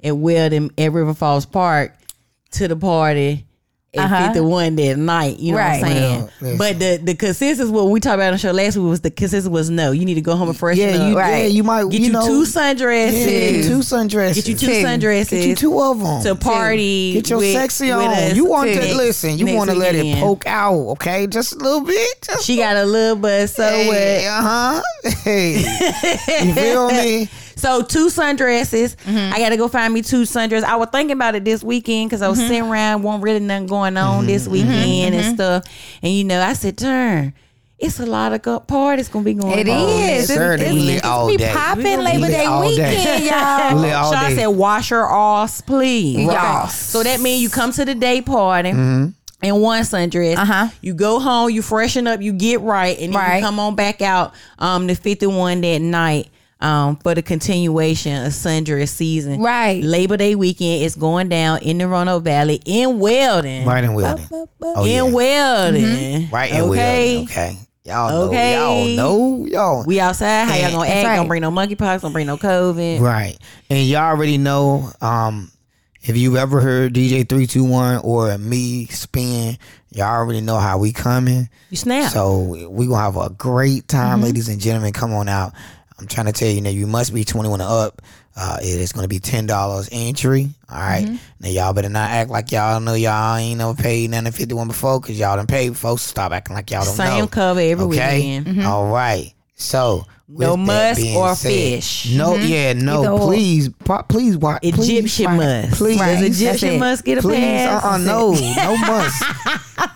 Speaker 4: and wear them at River Falls Park to the party at
Speaker 3: Uh-huh.
Speaker 4: 51 that night. You know
Speaker 3: Right.
Speaker 4: what I'm saying?
Speaker 2: Well, listen.
Speaker 4: but the, the consensus, what we talked about on the show last week was the consensus was no, you need to go home and freshen
Speaker 2: Yeah,
Speaker 4: up.
Speaker 2: you,
Speaker 3: Right.
Speaker 2: yeah, you might.
Speaker 4: Get
Speaker 2: you
Speaker 4: you,
Speaker 2: know,
Speaker 4: two
Speaker 2: yeah,
Speaker 4: sundresses.
Speaker 2: get two sundresses.
Speaker 4: Get you two,
Speaker 3: Two.
Speaker 4: sundresses.
Speaker 2: Get you two of them.
Speaker 4: to party.
Speaker 2: Get your
Speaker 4: with-
Speaker 2: sexy
Speaker 4: with
Speaker 2: on.
Speaker 4: us
Speaker 2: You want to
Speaker 4: next-
Speaker 2: listen. You
Speaker 4: next
Speaker 2: want to let it
Speaker 4: weekend.
Speaker 2: poke out, okay? Just a little bit. Just
Speaker 4: She got a little buzz, so what?
Speaker 2: Uh huh. Hey, you feel me?
Speaker 4: So two sundresses.
Speaker 3: Mm-hmm.
Speaker 4: I got to go find me two sundresses. I was thinking about it this weekend because I
Speaker 3: Mm-hmm.
Speaker 4: was sitting around, will not really nothing going on
Speaker 2: Mm-hmm.
Speaker 4: this weekend and stuff. And you know, I said, "Turn, it's a lot of go- parties gonna be going
Speaker 3: It
Speaker 4: on."
Speaker 3: is. It's,
Speaker 2: Saturday,
Speaker 3: it's,
Speaker 2: we lit all
Speaker 3: we
Speaker 2: day.
Speaker 3: popping
Speaker 2: We
Speaker 3: Labor
Speaker 2: lit
Speaker 3: Day
Speaker 2: all day.
Speaker 3: weekend, y'all.
Speaker 2: Lit all
Speaker 4: Sean
Speaker 2: day.
Speaker 4: said, "Wash your ass, please."
Speaker 3: Right.
Speaker 4: So that means you come to the day party.
Speaker 2: Mm-hmm.
Speaker 4: In one sundress,
Speaker 3: Uh-huh.
Speaker 4: you go home, you freshen up, you get right, and then
Speaker 3: Right.
Speaker 4: you come on back out um, to 51 that night um, for the continuation of sundress season.
Speaker 3: Right.
Speaker 4: Labor Day weekend is going down in the Roanoke Valley in Weldon.
Speaker 2: Right and Weldon. Oh,
Speaker 4: in
Speaker 2: yeah. Mm-hmm.
Speaker 4: Weldon.
Speaker 2: Right and
Speaker 4: okay?
Speaker 2: Weldon. Okay. Y'all
Speaker 4: Okay.
Speaker 2: know. Y'all know. Y'all.
Speaker 4: We outside. How y'all gonna act?
Speaker 3: right.
Speaker 4: Don't bring no monkeypox. Don't bring no COVID.
Speaker 2: Right. And y'all already know, um, if you've ever heard DJ three two one or me spin, y'all already know how we coming.
Speaker 4: You snap.
Speaker 2: So we gonna have a great time, ladies and gentlemen. Come on out. I'm trying to tell you now. You must be 21 and up. Uh, it is gonna be ten dollars entry. All right. Now y'all better not act like y'all know y'all ain't never paid nothing fifty one before, cause y'all done paid. Folks, stop acting like y'all don't know.
Speaker 4: Same cover every weekend. Mm-hmm.
Speaker 2: All right. So with
Speaker 4: No
Speaker 2: that
Speaker 4: muss
Speaker 2: being
Speaker 4: or
Speaker 2: said-
Speaker 4: fish. Mm-hmm.
Speaker 2: No, yeah, no.
Speaker 3: Either or.
Speaker 2: please, pro- please watch.
Speaker 4: Egyptian must.
Speaker 2: Please,
Speaker 3: Right.
Speaker 2: that's
Speaker 4: Egyptian
Speaker 2: it.
Speaker 4: must get a
Speaker 2: Please,
Speaker 4: pass.
Speaker 2: uh-uh, no, no must.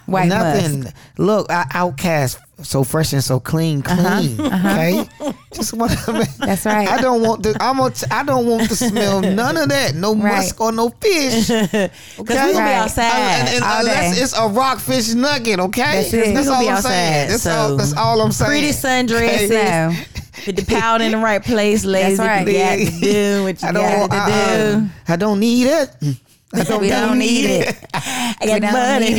Speaker 3: White
Speaker 2: Nothing. Look, I outcast so fresh and so clean, clean. Okay, just want.
Speaker 3: Uh-huh. That's right.
Speaker 2: I don't want the. I'm. A, I don't want to smell none of that. No
Speaker 3: Right.
Speaker 2: musk or no fish. Okay, Uh,
Speaker 4: we gonna
Speaker 3: Right.
Speaker 2: And,
Speaker 4: be outside.
Speaker 2: and
Speaker 3: All
Speaker 2: unless
Speaker 3: day.
Speaker 2: it's a rockfish nugget, okay,
Speaker 3: That's it. We
Speaker 2: all
Speaker 4: gonna be
Speaker 2: I'm saying.
Speaker 4: outside,
Speaker 2: That's
Speaker 4: so
Speaker 2: all. That's all I'm saying.
Speaker 4: Pretty sundresses.
Speaker 3: No.
Speaker 4: With the powder in the right place, ladies.
Speaker 3: right.
Speaker 4: What you got to do what you
Speaker 2: I
Speaker 4: got
Speaker 2: don't.
Speaker 4: to
Speaker 2: I,
Speaker 4: do.
Speaker 2: I, I don't need it. I don't,
Speaker 3: We don't need it.
Speaker 4: I got
Speaker 3: We don't
Speaker 4: money.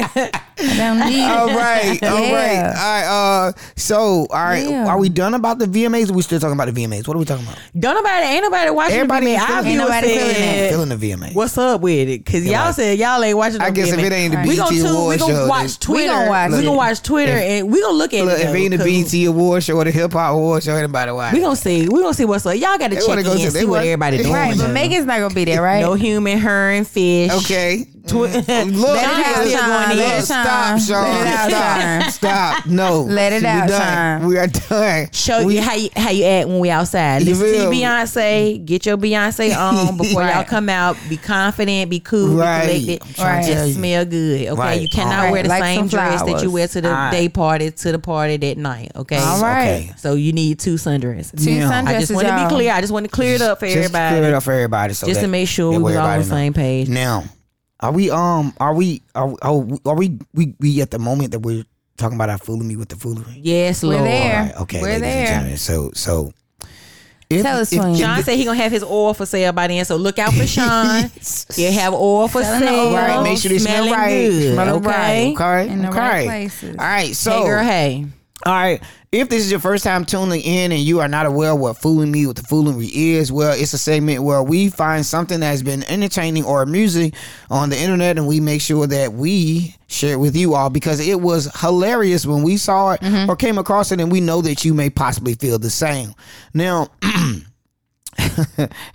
Speaker 3: need I don't need
Speaker 2: All right, all right, all
Speaker 3: Yeah.
Speaker 2: right. Uh, so, all right,
Speaker 3: Yeah.
Speaker 2: are we done about the VMAs? Or we still talking about the VMAs? What are we talking about?
Speaker 4: Don't nobody, ain't nobody watching
Speaker 2: Everybody
Speaker 4: me.
Speaker 2: ain't feeling
Speaker 4: I
Speaker 2: it.
Speaker 4: ain't
Speaker 3: Nobody feeling it.
Speaker 2: Feeling the VMAs.
Speaker 4: What's up with it? Because y'all
Speaker 2: like-
Speaker 4: said y'all ain't watching.
Speaker 2: I
Speaker 4: no
Speaker 2: guess if
Speaker 4: women.
Speaker 2: it ain't the
Speaker 4: we gonna
Speaker 2: BET
Speaker 4: tune- we
Speaker 2: Awards
Speaker 4: gonna
Speaker 2: show,
Speaker 4: watch
Speaker 2: then-
Speaker 4: Twitter.
Speaker 3: We gonna watch
Speaker 4: we
Speaker 2: it.
Speaker 4: gonna watch Twitter, and we gonna look at
Speaker 2: Look,
Speaker 4: it.
Speaker 2: if it ain't
Speaker 4: though,
Speaker 2: the
Speaker 4: 'cause
Speaker 2: BT Award show or the Hip Hop Award show, anybody watch?
Speaker 4: We gonna see. We gonna see what's up. Y'all got to
Speaker 2: They
Speaker 4: check
Speaker 2: wanna
Speaker 4: in
Speaker 2: go
Speaker 4: and
Speaker 2: to- they
Speaker 4: see what
Speaker 2: wanna-
Speaker 4: everybody doing.
Speaker 3: Right, but
Speaker 4: though.
Speaker 3: Megan's not gonna be there, right?
Speaker 4: no human, herring, fish.
Speaker 2: Okay. Twi- Look,
Speaker 3: out,
Speaker 2: look,
Speaker 3: Sean.
Speaker 2: look,
Speaker 3: Let it
Speaker 2: stop,
Speaker 3: shine.
Speaker 2: Sean.
Speaker 3: Let it out,
Speaker 2: Stop,
Speaker 3: Sean.
Speaker 2: stop. No,
Speaker 3: Let it
Speaker 2: we
Speaker 3: out,
Speaker 2: done.
Speaker 3: Sean.
Speaker 2: We are done.
Speaker 4: Show you how you how you act when we outside.
Speaker 2: You
Speaker 4: Listen to
Speaker 2: feel
Speaker 4: your
Speaker 2: me?
Speaker 4: Beyonce. Get your Beyonce on before y'all
Speaker 3: Right.
Speaker 4: come out. Be confident. Be cool.
Speaker 2: Right.
Speaker 4: Be
Speaker 2: I'm
Speaker 4: collected.
Speaker 2: trying
Speaker 3: to tell
Speaker 4: Just
Speaker 2: you.
Speaker 4: smell good. Okay.
Speaker 2: Right.
Speaker 4: You cannot
Speaker 3: Alright.
Speaker 4: wear the
Speaker 3: Like
Speaker 4: same
Speaker 3: some
Speaker 4: dress that you
Speaker 3: flowers.
Speaker 4: wear to the
Speaker 2: Alright.
Speaker 4: day party to the party that night. Okay.
Speaker 3: All right.
Speaker 2: Okay.
Speaker 4: So you need two sundresses.
Speaker 3: Two
Speaker 2: Yeah.
Speaker 4: I just
Speaker 3: sundresses,
Speaker 4: want to
Speaker 3: y'all.
Speaker 4: be clear. I just want to clear it up for
Speaker 2: Just
Speaker 4: everybody.
Speaker 2: clear it up for everybody, so
Speaker 4: Just
Speaker 2: that-
Speaker 4: to make sure
Speaker 2: that
Speaker 4: we
Speaker 2: way
Speaker 4: was all on the
Speaker 2: everybody know.
Speaker 4: same page.
Speaker 2: Now, are we um are we are we- are we, are we we we at the moment that we're talking about our fooling me with the foolery?
Speaker 4: Yes, Lord.
Speaker 3: there.
Speaker 2: All right, okay,
Speaker 3: We're
Speaker 2: ladies and
Speaker 3: there.
Speaker 2: gentlemen. So so if,
Speaker 3: Tell us, Wayne.
Speaker 4: Sean said he gonna have his oil for sale by then, so look out for Sean. He'll have oil for
Speaker 3: Selling the
Speaker 4: sale.
Speaker 3: oil.
Speaker 2: right, make sure they smell
Speaker 4: Smelling
Speaker 2: right.
Speaker 4: good,
Speaker 2: smell
Speaker 4: okay?
Speaker 2: right. Okay.
Speaker 3: In the
Speaker 2: okay.
Speaker 3: right places.
Speaker 2: All right. So
Speaker 4: Hey, girl, hey.
Speaker 2: All right. If this is your first time tuning in and you are not aware what fooling me with the foolery is, well, it's a segment where we find something that's been entertaining or amusing on the internet and we make sure that we share it with you all because it was hilarious when we saw it or came across it and we know that you may possibly feel the same. Now,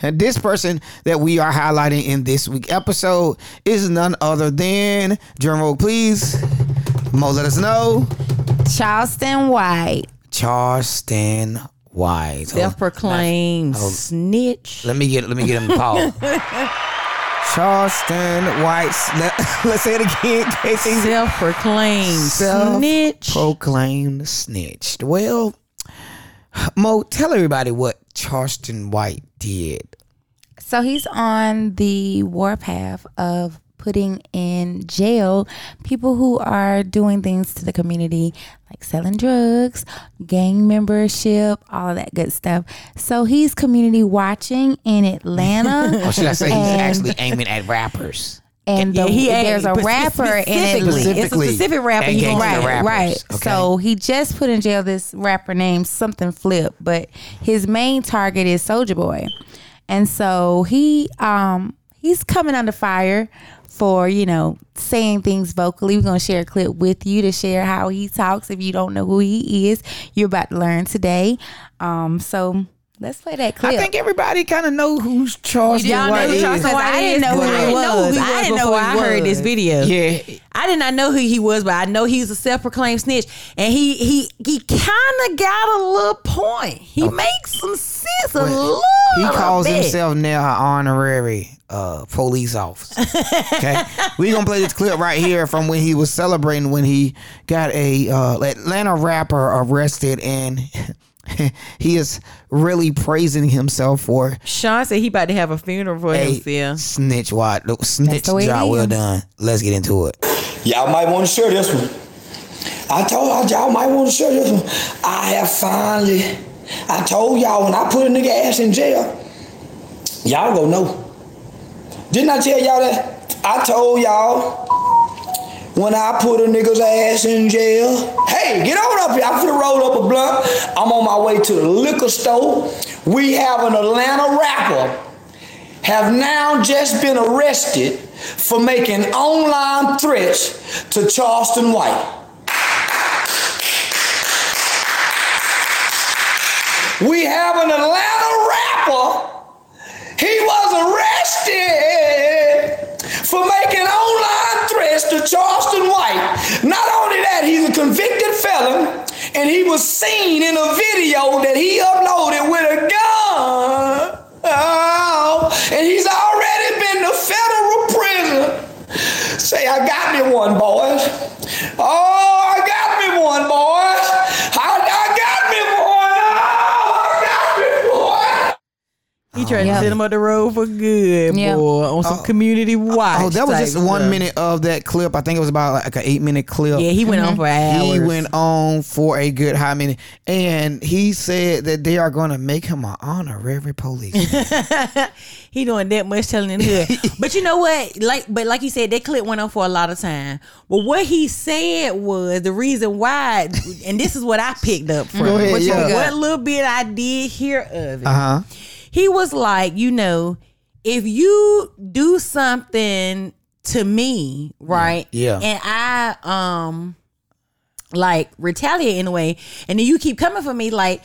Speaker 2: and this person that we are highlighting in this week episode is none other than drum roll please. Mo let us know.
Speaker 3: Charleston White.
Speaker 2: Charleston Wise. Hold on.
Speaker 4: Self-proclaimed snitch.
Speaker 2: Let me get let me get him the call. Charleston White. sna- Let's say it again, Casey.
Speaker 4: Self-proclaimed snitch.
Speaker 2: Proclaimed snitch. Well, Mo, tell everybody what Charleston White did.
Speaker 3: So he's on the warpath of putting in jail people who are doing things to the community, like selling drugs, gang membership, all of that good stuff. So he's community watching in Atlanta.
Speaker 2: Oh, Or should I say he's
Speaker 3: And-
Speaker 2: actually aiming at rappers?
Speaker 3: and
Speaker 4: Yeah,
Speaker 3: the,
Speaker 4: he ain't.
Speaker 3: there's a
Speaker 4: Spe-
Speaker 3: rapper in
Speaker 4: specifically.
Speaker 3: it.
Speaker 4: It's a specific rapper
Speaker 2: That
Speaker 4: you
Speaker 2: gang
Speaker 4: gonna
Speaker 2: of
Speaker 4: rap.
Speaker 2: rappers,
Speaker 3: right.
Speaker 2: okay?
Speaker 3: So he just put in jail this rapper named something Flip, but his main target is Soldier Boy, and so he um he's coming under fire for you know saying things vocally. We're gonna share a clip with you to share how he talks. If you don't know who he is, you're about to learn today. Um, so let's play that clip.
Speaker 2: I think everybody kind of know who's Charles
Speaker 4: Y'all know
Speaker 2: White
Speaker 4: who
Speaker 2: is.
Speaker 4: Charles
Speaker 3: Because
Speaker 4: White
Speaker 3: I didn't
Speaker 4: is,
Speaker 3: know who
Speaker 4: but
Speaker 3: he
Speaker 4: I didn't know who
Speaker 3: was.
Speaker 4: he
Speaker 3: I
Speaker 4: was
Speaker 3: didn't know
Speaker 4: before
Speaker 3: who
Speaker 4: I
Speaker 3: he
Speaker 4: heard this
Speaker 3: was.
Speaker 4: video.
Speaker 2: Yeah,
Speaker 4: I did not know who he was, but I know he's a self-proclaimed snitch, and he he he kind of got a little point. He makes some sense a little.
Speaker 2: he calls
Speaker 4: bit.
Speaker 2: himself now an honorary uh, police officer. Okay, we gonna play this clip right here from when he was celebrating when he got a uh, Atlanta rapper arrested, and he is really praising himself for
Speaker 4: Sean said he about to have a funeral for
Speaker 2: a snitch. What snitch
Speaker 3: the way it
Speaker 2: job? Well
Speaker 3: is.
Speaker 2: done. Let's get into it.
Speaker 7: Y'all might want to share this one. I told y'all, y'all might want to share this one. I have finally, I told y'all when I put a nigga ass in jail, y'all gonna know. Didn't I tell y'all that? I told y'all when I put a nigga's ass in jail. Hey, get on up here. I'm finna roll up a blunt. I'm on my way to the liquor store. We have an Atlanta rapper have now just been arrested for making online threats to Charleston White. We have an Atlanta rapper. He was arrested for making online threats to Charleston White. Not only that, he's a convicted felon, and he was seen in a video that he uploaded with a gun. Oh, and he's already been to federal prison. Say, I got me one, boys. Oh, I got me one, boys. I, I got me one. Oh, I got me one.
Speaker 4: He tried
Speaker 3: yeah.
Speaker 4: to send him on the road for good,
Speaker 3: Yeah.
Speaker 4: boy, on some community watch.
Speaker 2: Oh, that was
Speaker 4: type
Speaker 2: just one
Speaker 4: stuff.
Speaker 2: minute of that clip. I think it was about like an eight minute clip.
Speaker 4: Yeah, he
Speaker 2: Mm-hmm.
Speaker 4: went on for hours.
Speaker 2: He went on for a good how many? And he said that they are going to make him an honorary police.
Speaker 4: he doing that much telling in the hood. but you know what? Like, but like you said, that clip went on for a lot of time. But what he said was the reason why, and this is what I picked up from
Speaker 2: Go ahead,
Speaker 4: which
Speaker 2: yeah.
Speaker 4: from what little bit I did hear of it.
Speaker 2: Uh huh.
Speaker 4: He was like, you know, if you do something to me, right?
Speaker 2: Yeah.
Speaker 4: And I um like retaliate in a way, and then you keep coming for me, like,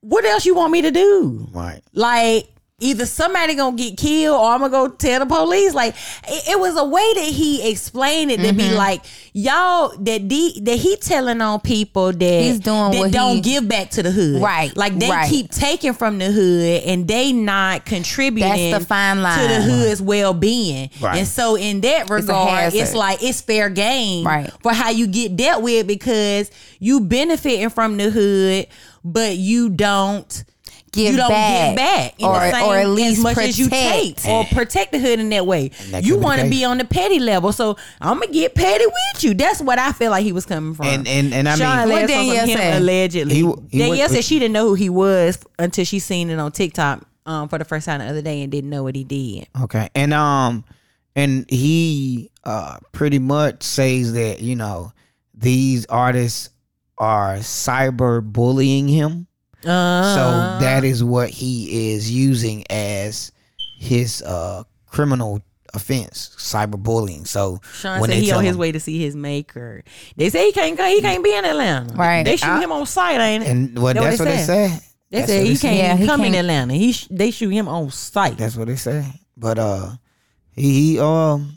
Speaker 4: what else you want me to do?
Speaker 2: Right.
Speaker 4: Like either somebody gonna get killed or I'm gonna go tell the police. Like it, it was a way that he explained it to
Speaker 3: Mm-hmm.
Speaker 4: be like y'all that the, that he telling on people that
Speaker 3: He's doing
Speaker 4: that
Speaker 3: what
Speaker 4: don't
Speaker 3: he-
Speaker 4: give back to the hood.
Speaker 3: Right,
Speaker 4: Like they
Speaker 3: right.
Speaker 4: keep taking from the hood and they not contributing
Speaker 3: That's the fine line.
Speaker 4: to the hood's well being.
Speaker 2: Right.
Speaker 4: And so in that regard, it's,
Speaker 3: hazard.
Speaker 4: like it's fair game
Speaker 3: Right.
Speaker 4: for how you get dealt with because you benefiting from the hood but you don't
Speaker 3: give
Speaker 4: you don't
Speaker 3: back,
Speaker 4: get back in
Speaker 3: or,
Speaker 4: the same
Speaker 3: or at least
Speaker 4: as much
Speaker 3: protect.
Speaker 4: as you take or protect the hood in that way.
Speaker 2: that
Speaker 4: you
Speaker 2: could be the
Speaker 4: want to
Speaker 2: case.
Speaker 4: be on the petty level, so I'm gonna get petty with you. That's what I feel like he was coming from.
Speaker 2: And- and- and I
Speaker 4: Sean
Speaker 2: mean-
Speaker 4: Led
Speaker 3: What
Speaker 4: from
Speaker 3: Danielle
Speaker 4: him
Speaker 3: said?
Speaker 4: allegedly.
Speaker 2: He w- he
Speaker 4: Danielle
Speaker 2: was-
Speaker 4: said she didn't know who he was until she seen it on TikTok um, for the first time the other day and didn't know what he did.
Speaker 2: Okay. And um, and he uh pretty much says that you know these artists are cyber bullying him.
Speaker 4: Uh,
Speaker 2: So that is what he is using as his uh criminal offense, cyberbullying. So
Speaker 4: Sean said he
Speaker 2: tell
Speaker 4: on his
Speaker 2: him-
Speaker 4: way to see his maker. They say he can't go. He can't be in Atlanta.
Speaker 3: Right.
Speaker 4: They shoot him on site, ain't it?
Speaker 2: and well,
Speaker 4: That
Speaker 2: that's what they said.
Speaker 4: They
Speaker 2: That's
Speaker 4: say
Speaker 2: what
Speaker 4: he
Speaker 2: said.
Speaker 4: can't
Speaker 3: Yeah,
Speaker 4: even
Speaker 3: he
Speaker 4: come in
Speaker 3: can't-
Speaker 4: Atlanta. He sh- they shoot him on site.
Speaker 2: That's what they say. But uh he um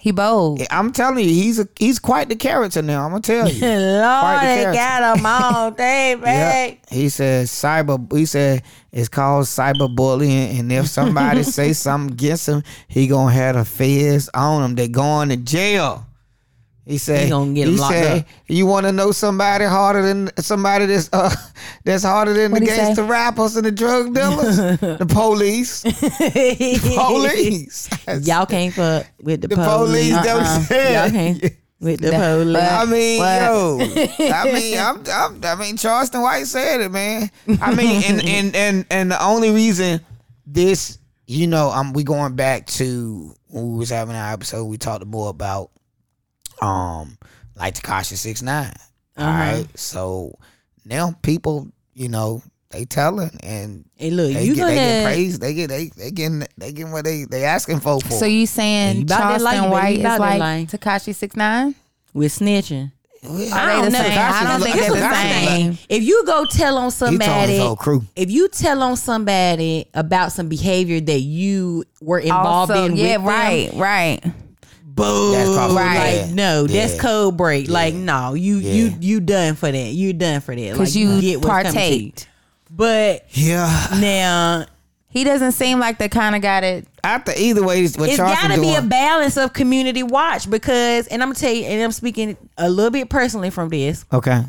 Speaker 3: He bold.
Speaker 2: I'm telling you, he's a he's quite the character now. I'm gonna tell you.
Speaker 4: Lord,
Speaker 2: the
Speaker 4: they
Speaker 2: character.
Speaker 4: got him all day,
Speaker 2: Yeah.
Speaker 4: babe.
Speaker 2: He said cyber he said it's called cyberbullying and if somebody say something against him, he gonna have the feds on him. They going to jail. He said
Speaker 4: He gonna get
Speaker 2: he
Speaker 4: locked
Speaker 2: said,
Speaker 4: up.
Speaker 2: You wanna know somebody harder than somebody that's uh that's harder than
Speaker 3: What'd
Speaker 2: the
Speaker 3: he say?
Speaker 2: gangster rappers and the drug dealers? the police. Police.
Speaker 4: Y'all can't fuck with the,
Speaker 2: The police,
Speaker 4: police. uh-uh.
Speaker 2: that was it.
Speaker 4: Y'all can't with the police.
Speaker 2: I mean,
Speaker 3: What?
Speaker 2: yo, I mean, I'm, I'm, I mean, Charleston White said it, man. I mean, and and and and the only reason this, you know, um, we going back to when we was having our episode, we talked more about um like Takashi six nine.
Speaker 4: Uh-huh.
Speaker 2: right. So now people, you know, they telling and
Speaker 4: Hey, look,
Speaker 2: they
Speaker 4: you
Speaker 2: get,
Speaker 4: know
Speaker 2: they get
Speaker 4: that-
Speaker 2: praised. They get they they getting they getting what they they asking for. for.
Speaker 3: So you saying
Speaker 4: You bout that
Speaker 3: Charleston
Speaker 4: life, baby.
Speaker 3: White
Speaker 4: You
Speaker 3: is
Speaker 4: bout that
Speaker 3: like
Speaker 4: life.
Speaker 3: Takashi six nine?
Speaker 4: We're snitching.
Speaker 3: I don't know. I
Speaker 2: Tekashi-
Speaker 3: don't think they're the
Speaker 2: Tekashi-
Speaker 3: same.
Speaker 4: If you go tell on
Speaker 2: He told his
Speaker 4: somebody,
Speaker 2: whole crew.
Speaker 4: if you tell on somebody about some behavior that you were involved
Speaker 3: Also,
Speaker 4: in,
Speaker 3: yeah,
Speaker 4: with them,
Speaker 3: right, right.
Speaker 4: Boo,
Speaker 2: That's probably
Speaker 3: Right.
Speaker 2: bad.
Speaker 4: No, that's
Speaker 2: Yeah.
Speaker 4: code break. Like, no, you
Speaker 2: Yeah.
Speaker 4: you you done for that. You done for that.
Speaker 3: Because
Speaker 4: Like,
Speaker 3: you
Speaker 4: get what's coming to you.
Speaker 3: partaked.
Speaker 4: But
Speaker 2: Yeah.
Speaker 4: now
Speaker 3: He doesn't seem like the kind of guy that
Speaker 2: After either way, what
Speaker 4: it's
Speaker 2: Charleston
Speaker 4: got to
Speaker 2: doing,
Speaker 4: be a balance of community watch because, and I'm gonna tell you, and I'm speaking a little bit personally from this.
Speaker 2: okay.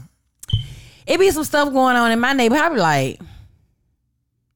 Speaker 4: It be some stuff going on in my neighborhood. I be like,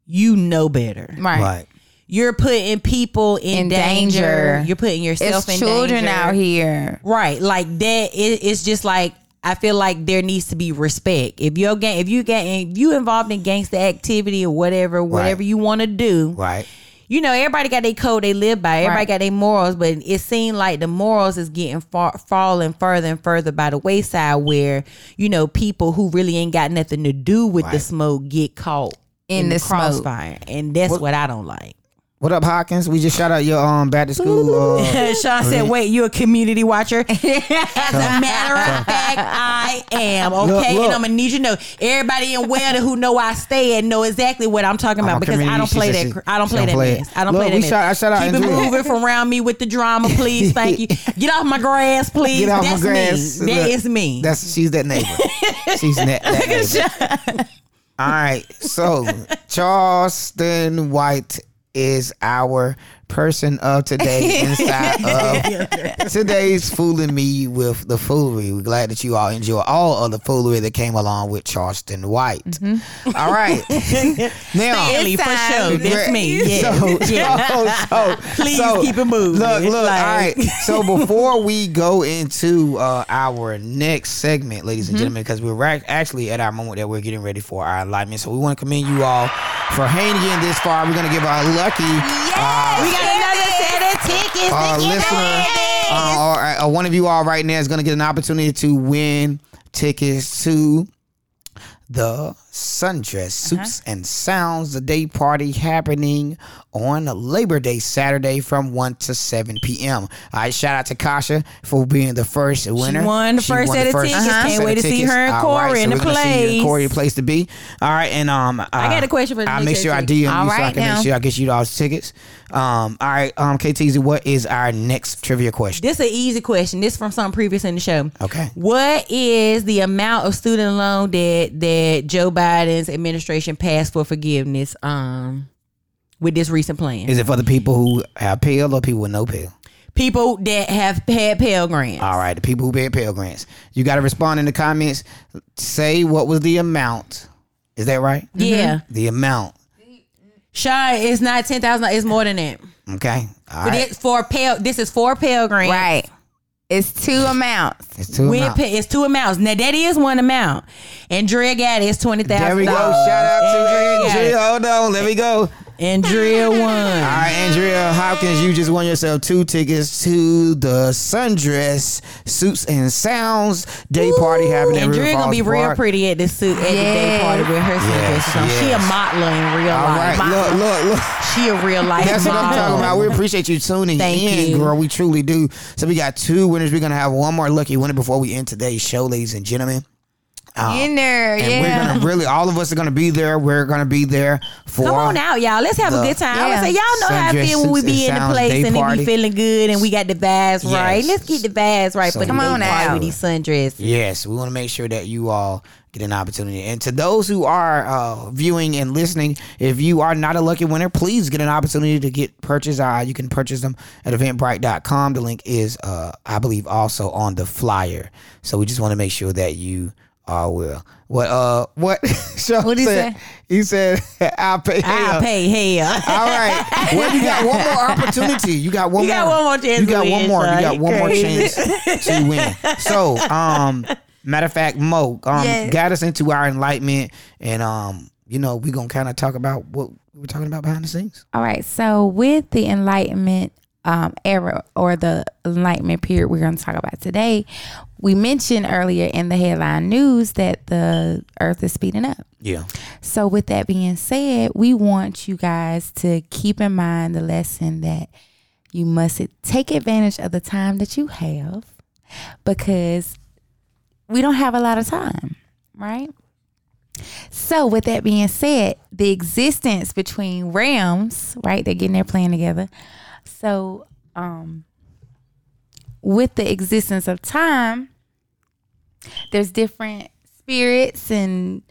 Speaker 4: you know better.
Speaker 3: right.
Speaker 2: Right.
Speaker 4: You're putting people in,
Speaker 3: In
Speaker 4: danger.
Speaker 3: danger.
Speaker 4: You're putting yourself
Speaker 3: It's
Speaker 4: in
Speaker 3: children
Speaker 4: danger.
Speaker 3: out here.
Speaker 4: Right. Like that it, it's just like I feel like there needs to be respect. If you're gang if you get if you involved in gangster activity or whatever, whatever you want to do.
Speaker 2: Right.
Speaker 4: You know, everybody got their code they live by. Everybody
Speaker 3: Right.
Speaker 4: got their morals, but it seemed like the morals is getting far, falling further and further by the wayside. Where you know people who really ain't got nothing to do with the
Speaker 2: Right.
Speaker 4: smoke get caught
Speaker 3: In the smoke.
Speaker 4: crossfire, and that's what I don't like.
Speaker 2: What up, Hawkins? We just shout out your um Baptist school. Uh,
Speaker 4: Sean said, "Wait, you a community watcher?" As a matter of fact, I am okay,
Speaker 2: Look, look.
Speaker 4: and I'm gonna need you to know everybody in Welder who know I stay and know exactly what I'm talking
Speaker 2: I'm
Speaker 4: about
Speaker 2: a
Speaker 4: because I
Speaker 2: community-
Speaker 4: don't
Speaker 2: she
Speaker 4: play
Speaker 2: said
Speaker 4: that.
Speaker 2: she-
Speaker 4: cr- I don't
Speaker 2: she
Speaker 4: play
Speaker 2: don't
Speaker 4: that.
Speaker 2: play it.
Speaker 4: mess. I don't
Speaker 2: Look,
Speaker 4: play that.
Speaker 2: we
Speaker 4: mess.
Speaker 2: shout- I shout out
Speaker 4: Keep it
Speaker 2: Andrea.
Speaker 4: moving from around me with the drama, please. Thank you. Get off my grass, please.
Speaker 2: Get off
Speaker 4: That's
Speaker 2: my grass.
Speaker 4: me. That
Speaker 2: Look,
Speaker 4: is me.
Speaker 2: That's she's that neighbor. she's that, that neighbor. All right. So Charleston White is our person of today inside of today's fooling me with the foolery. We're glad that you all enjoy all of the foolery that came along with Charleston White. All right. now
Speaker 4: Stanley, for sure. That's me. Yeah.
Speaker 2: so, so, so,
Speaker 4: Please
Speaker 2: so,
Speaker 4: keep it moving.
Speaker 2: Look, look.
Speaker 4: Like-
Speaker 2: all right. So before we go into uh, our next segment, ladies
Speaker 4: Mm-hmm.
Speaker 2: and gentlemen, because we're right, actually at our moment that we're getting ready for our alignment. So we want to commend you all for hanging in this far. We're gonna give our lucky uh,
Speaker 4: we got another set of tickets.
Speaker 2: uh, listener, uh, or, uh, one of you all right now is gonna get an opportunity to win tickets to the Sundress
Speaker 4: Uh-huh.
Speaker 2: Suits and Sounds, the day party happening on Labor Day Saturday from 1 to 7 p.m. All right, shout out to Kasha for being the first winner.
Speaker 4: won the first set of tickets. Can't
Speaker 2: set
Speaker 4: wait
Speaker 2: of
Speaker 4: to see
Speaker 2: tickets.
Speaker 4: her and
Speaker 2: All right,
Speaker 4: Corey
Speaker 2: so
Speaker 4: in the
Speaker 2: we're gonna see you and
Speaker 4: place.
Speaker 2: Corey, the place to be. All right, and um, I
Speaker 4: got a question for the
Speaker 2: I'll
Speaker 4: new
Speaker 2: make sure I
Speaker 4: KT.
Speaker 2: DM
Speaker 3: All
Speaker 2: you so I
Speaker 3: right,
Speaker 2: can
Speaker 3: now.
Speaker 2: make sure I get you all the tickets. Um, all right, um, KTZ, what is our next trivia question?
Speaker 4: This is an easy question. This from something previous in the show.
Speaker 2: Okay.
Speaker 4: What is the amount of student loan debt that Joe Biden's administration passed for forgiveness um, with this recent plan?
Speaker 2: Is it for the people who have Pell or people with no Pell?
Speaker 4: People that have had Pell Grants.
Speaker 2: All right, the people who paid Pell Grants. You got to respond in the comments. Say what was the amount. Is that right?
Speaker 3: Mm-hmm.
Speaker 4: Yeah.
Speaker 2: The amount.
Speaker 4: Shy, it's not 10000 It's more than that.
Speaker 2: Okay. All
Speaker 4: But
Speaker 2: right.
Speaker 4: it's for Pell. This is for Pell Grants.
Speaker 3: Right. It's two amounts.
Speaker 2: It's two
Speaker 4: With
Speaker 2: amount.
Speaker 4: pa- it's two amounts. Now that is one amount, and Drea got it. It's twenty thousand.
Speaker 2: There we go. Shout out to Andrea. Hold on. Let me go.
Speaker 4: And Drea
Speaker 2: All
Speaker 4: won.
Speaker 2: right, Andrea Hopkins, you just won yourself two tickets to the Sundress Suits and Sounds Day Party happening in
Speaker 4: And
Speaker 2: River
Speaker 4: Drea gonna
Speaker 2: Falls
Speaker 4: be real
Speaker 2: Park.
Speaker 4: pretty at this suit at the day
Speaker 3: Yes.
Speaker 4: party with her
Speaker 2: Yes,
Speaker 4: sundress. on. She a
Speaker 2: yes.
Speaker 4: modeler in real
Speaker 2: All
Speaker 4: life.
Speaker 2: right, look, look, look.
Speaker 4: She a real life
Speaker 2: That's what
Speaker 4: model.
Speaker 2: I'm talking about. We appreciate you tuning
Speaker 4: Thank
Speaker 2: in,
Speaker 4: you.
Speaker 2: girl. We truly do. So we got two winners. We're gonna have one more lucky winner before we end today's show, ladies and gentlemen. Um,
Speaker 3: In there,
Speaker 2: and
Speaker 3: yeah.
Speaker 2: we're gonna really, all of us are gonna be there. We're gonna be there for.
Speaker 4: Come on out, y'all. Let's have
Speaker 2: The-
Speaker 4: a good time. I
Speaker 3: Yeah.
Speaker 4: would say y'all know how I
Speaker 2: Sundress
Speaker 4: feel when we
Speaker 2: Suits
Speaker 4: be
Speaker 2: and
Speaker 4: in the
Speaker 2: Sounds
Speaker 4: place
Speaker 2: Day
Speaker 4: and it
Speaker 2: Party.
Speaker 4: be feeling good and we got the vibes right.
Speaker 2: Yes.
Speaker 4: Let's get the vibes right
Speaker 2: So
Speaker 4: for the
Speaker 2: come
Speaker 4: day
Speaker 2: on
Speaker 4: party
Speaker 2: out.
Speaker 4: with these sundresses.
Speaker 2: Yes, we want to make sure that you all get an opportunity. And to those who are uh, viewing and listening, if you are not a lucky winner, please get an opportunity to get purchase. Uh, you can purchase them at eventbrite.com. The link is, uh, I believe, also on the flyer. So we just want to make sure that you all will. What? Uh, what? what
Speaker 3: he
Speaker 2: said,
Speaker 3: say?
Speaker 2: He said, "I'll pay."
Speaker 4: I'll
Speaker 2: hell."
Speaker 4: pay hell.
Speaker 2: All right. Well, you got one more opportunity. You got one
Speaker 4: You
Speaker 2: more.
Speaker 4: got one more chance
Speaker 2: You
Speaker 4: to
Speaker 2: got one
Speaker 4: win,
Speaker 2: more.
Speaker 4: son.
Speaker 2: You got one more
Speaker 4: Crazy.
Speaker 2: chance to win. So, um, matter of fact, Mo, um,
Speaker 3: Yes.
Speaker 2: got us into our enlightenment, and um, you know, we gonna kind of talk about what we're talking about behind the scenes.
Speaker 3: All right. So with the enlightenment, um, era or the enlightenment period we're going to talk about today, we mentioned earlier in the headline news that the earth is speeding up.
Speaker 2: Yeah.
Speaker 3: So, with that being said, we want you guys to keep in mind the lesson that you must take advantage of the time that you have because we don't have a lot of time, right? So, with that being said, the existence between realms, right? They're getting their plan together. So, um, with the existence of time, there's different spirits and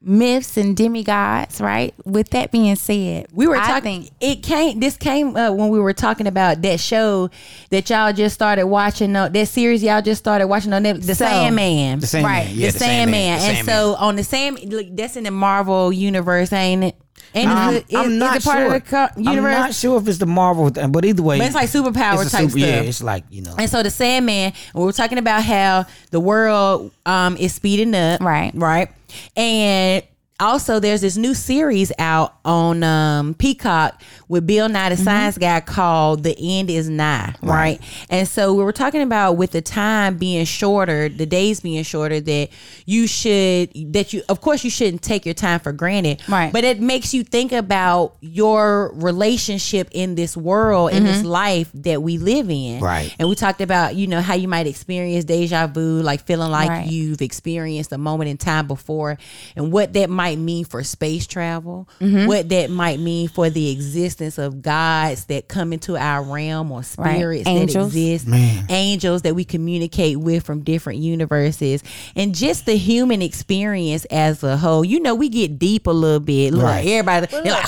Speaker 3: myths and demigods, right? With that being said,
Speaker 4: We were
Speaker 3: I
Speaker 4: talking.
Speaker 3: think-
Speaker 4: it came. This came up when we were talking about that show that y'all just started watching. Uh, that series y'all just started watching on Netflix, The
Speaker 3: So-
Speaker 4: Sandman.
Speaker 2: The same
Speaker 3: Right,
Speaker 2: man. Yeah,
Speaker 4: the, Sandman. and so on the Sand, look, that's in the Marvel universe, ain't it? And
Speaker 2: I'm,
Speaker 4: is it-
Speaker 2: Um, I'm
Speaker 4: is
Speaker 2: not
Speaker 4: it part
Speaker 2: sure.
Speaker 4: of the co- universe.
Speaker 2: I'm not sure if it's the Marvel, thing, but either way,
Speaker 4: But it's like superpower
Speaker 2: it's a
Speaker 4: type
Speaker 2: Yeah,
Speaker 4: stuff.
Speaker 2: it's like you know.
Speaker 4: And so the Sandman, we were talking about how the world um, is speeding up,
Speaker 3: Right.
Speaker 4: Right, and also there's this new series out on um, Peacock with Bill Nye, the
Speaker 3: Mm-hmm.
Speaker 4: science guy, called "The End Is Nigh," right. And so we were talking about with the time being shorter, the days being shorter, that you should that you of course you shouldn't take your time for granted,
Speaker 3: Right.
Speaker 4: But it makes you think about your relationship in this world, in
Speaker 3: Mm-hmm.
Speaker 4: this life that we live in,
Speaker 2: Right.
Speaker 4: and we talked about, you know, how you might experience deja vu, like feeling like
Speaker 3: Right.
Speaker 4: you've experienced a moment in time before, and what that might mean for space travel,
Speaker 3: Mm-hmm.
Speaker 4: what that might mean for the existence of gods that come into our realm or
Speaker 3: Right.
Speaker 4: spirits that
Speaker 3: Angels.
Speaker 4: exist, angels that we communicate with from different universes, and just the human experience as a whole. You know, we get deep a little bit. Look,
Speaker 2: Right.
Speaker 4: everybody, they're like,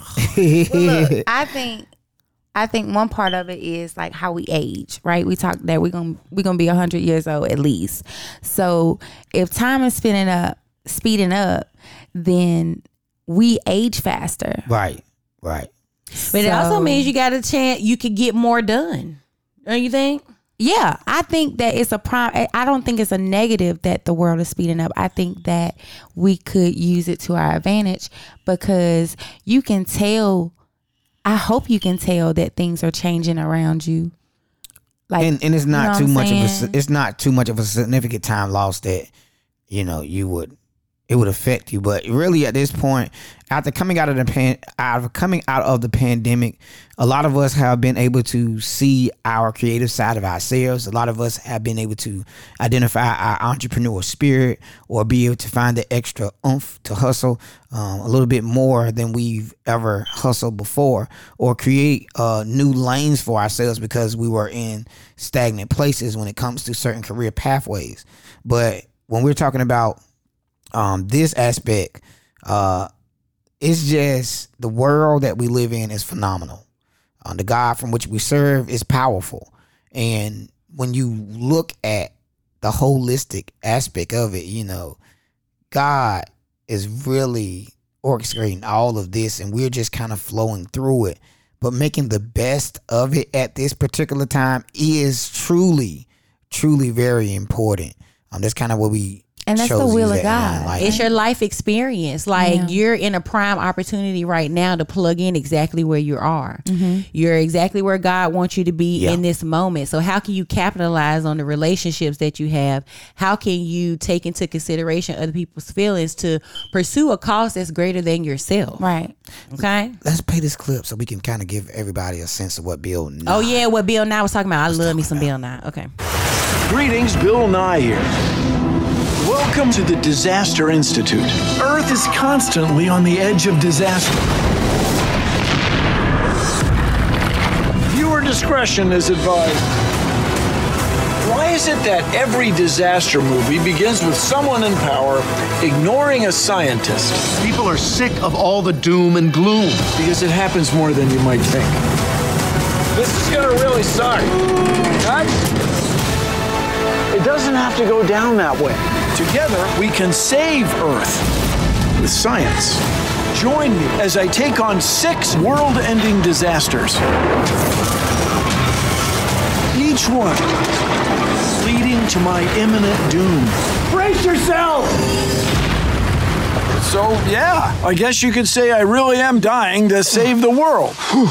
Speaker 3: I think I think one part of it is like how we age, right? We talked that we're gonna we're gonna be hundred years old at least. So if time is spinning up, speeding up, then we age faster.
Speaker 2: right, right.
Speaker 4: but it also
Speaker 3: So-
Speaker 4: means you got a chance. You could get more done. Don't you think?
Speaker 3: Yeah, I think that it's a prime. I- I don't think it's a negative that the world is speeding up. I think that we could use it to our advantage because you can tell. I hope you can tell that things are changing around you. Like,
Speaker 2: and and it's
Speaker 3: you know
Speaker 2: not
Speaker 3: what
Speaker 2: too
Speaker 3: I'm
Speaker 2: much
Speaker 3: saying?
Speaker 2: of a it's not too much of a significant time loss that you know you would it would affect you but really at this point after coming out of the pan out of coming out of the pandemic a lot of us have been able to see our creative side of ourselves a lot of us have been able to identify our entrepreneurial spirit or be able to find the extra oomph to hustle um, a little bit more than we've ever hustled before or create uh, new lanes for ourselves because we were in stagnant places when it comes to certain career pathways but when we're talking about um, this aspect, uh, it's just the world that we live in is phenomenal. Uh, the God from which we serve is powerful, and when you look at the holistic aspect of it, you know, God is really orchestrating all of this, and we're just kind of flowing through it. But making the best of it at this particular time is truly, truly very important. Um, that's kind of what we
Speaker 3: And that's the
Speaker 2: chose to
Speaker 3: will
Speaker 2: use
Speaker 3: of
Speaker 2: that in
Speaker 3: God.
Speaker 2: life.
Speaker 4: It's your life experience. Like
Speaker 3: Yeah.
Speaker 4: you're in a prime opportunity right now to plug in exactly where you are.
Speaker 3: Mm-hmm.
Speaker 4: You're exactly where God wants you to be
Speaker 2: Yeah.
Speaker 4: in this moment. So how can you capitalize on the relationships that you have? How can you take into consideration other people's feelings to pursue a cause that's greater than yourself?
Speaker 3: right.
Speaker 4: Okay.
Speaker 2: let's play this clip so we can kind of give everybody a sense of what Bill. Nye-
Speaker 4: Oh yeah, what Bill Nye was talking about. I love me some Bill Nye. Okay.
Speaker 8: Greetings, Bill Nye here. Welcome to the Disaster Institute. Earth is constantly on the edge of disaster. Viewer discretion is advised. Why is it that every disaster movie begins with someone in power ignoring a scientist?
Speaker 9: People are sick of all the doom and gloom.
Speaker 8: Because it happens more than you might think. This is gonna really suck. Guys, It doesn't have to go down that way. Together, we can save Earth with science. Join me as I take on six world ending disasters. Each one leading to my imminent doom. Brace yourself! So, yeah, I guess you could say I really am dying to save the world. Whew.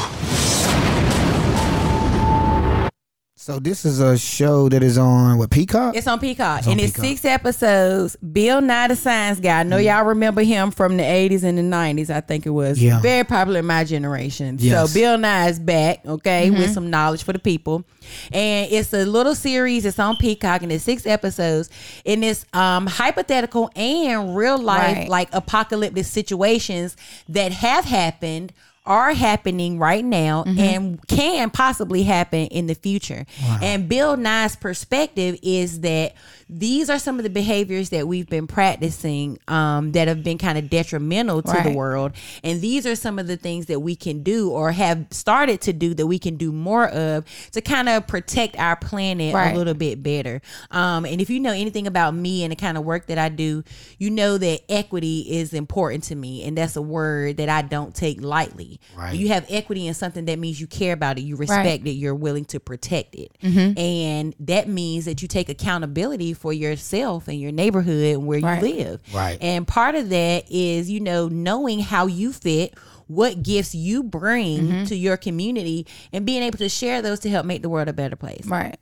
Speaker 2: So this is a show that is on what Peacock?
Speaker 4: It's on Peacock,
Speaker 2: on
Speaker 4: and it's
Speaker 2: Peacock. Mm.
Speaker 4: six episodes. Bill Nye, the Science Guy. I know y'all remember him from the '80s and the '90s. I think it was
Speaker 2: Yeah.
Speaker 4: very popular in my generation.
Speaker 2: Yes.
Speaker 4: So Bill Nye is back, okay,
Speaker 3: Mm-hmm.
Speaker 4: with some knowledge for the people, and it's a little series. It's on Peacock, and it's six episodes, and it's um, hypothetical and real life,
Speaker 3: Right.
Speaker 4: like apocalyptic situations that have happened. Are happening right now
Speaker 3: Mm-hmm.
Speaker 4: and can possibly happen in the future. And Bill Nye's perspective is that these are some of the behaviors that we've been practicing um, that have been kind of detrimental to the
Speaker 3: Right.
Speaker 4: world. And these are some of the things that we can do or have started to do that we can do more of to kind of protect our planet
Speaker 3: Right.
Speaker 4: a little bit better. Um, and if you know anything about me and the kind of work that I do, you know that equity is important to me. And that's a word that I don't take lightly.
Speaker 2: Right.
Speaker 4: When You have equity in something that means you care about it, you respect it, you're willing to protect it.
Speaker 3: Mm-hmm.
Speaker 4: And that means that you take accountability for yourself and your neighborhood and where
Speaker 3: Right.
Speaker 4: you live.
Speaker 2: Right.
Speaker 4: And part of that is, you know, knowing how you fit, what gifts you bring
Speaker 2: Mm-hmm.
Speaker 4: to your community, and being able to share those to help make the world a better place.
Speaker 3: Right.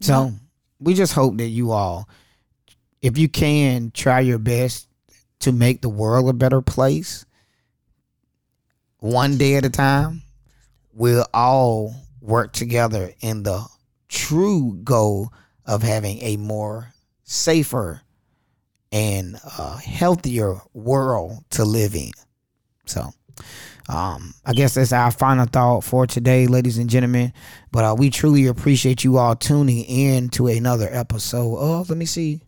Speaker 2: So we just hope that you all, if you can, try your best to make the world a better place. One day at a time, we'll all work together in the true goal of having a more safer and uh, healthier world to live in. So. Um, I guess that's our final thought for today, ladies and gentlemen. But uh, we truly appreciate you all tuning in to another episode of. Let me see.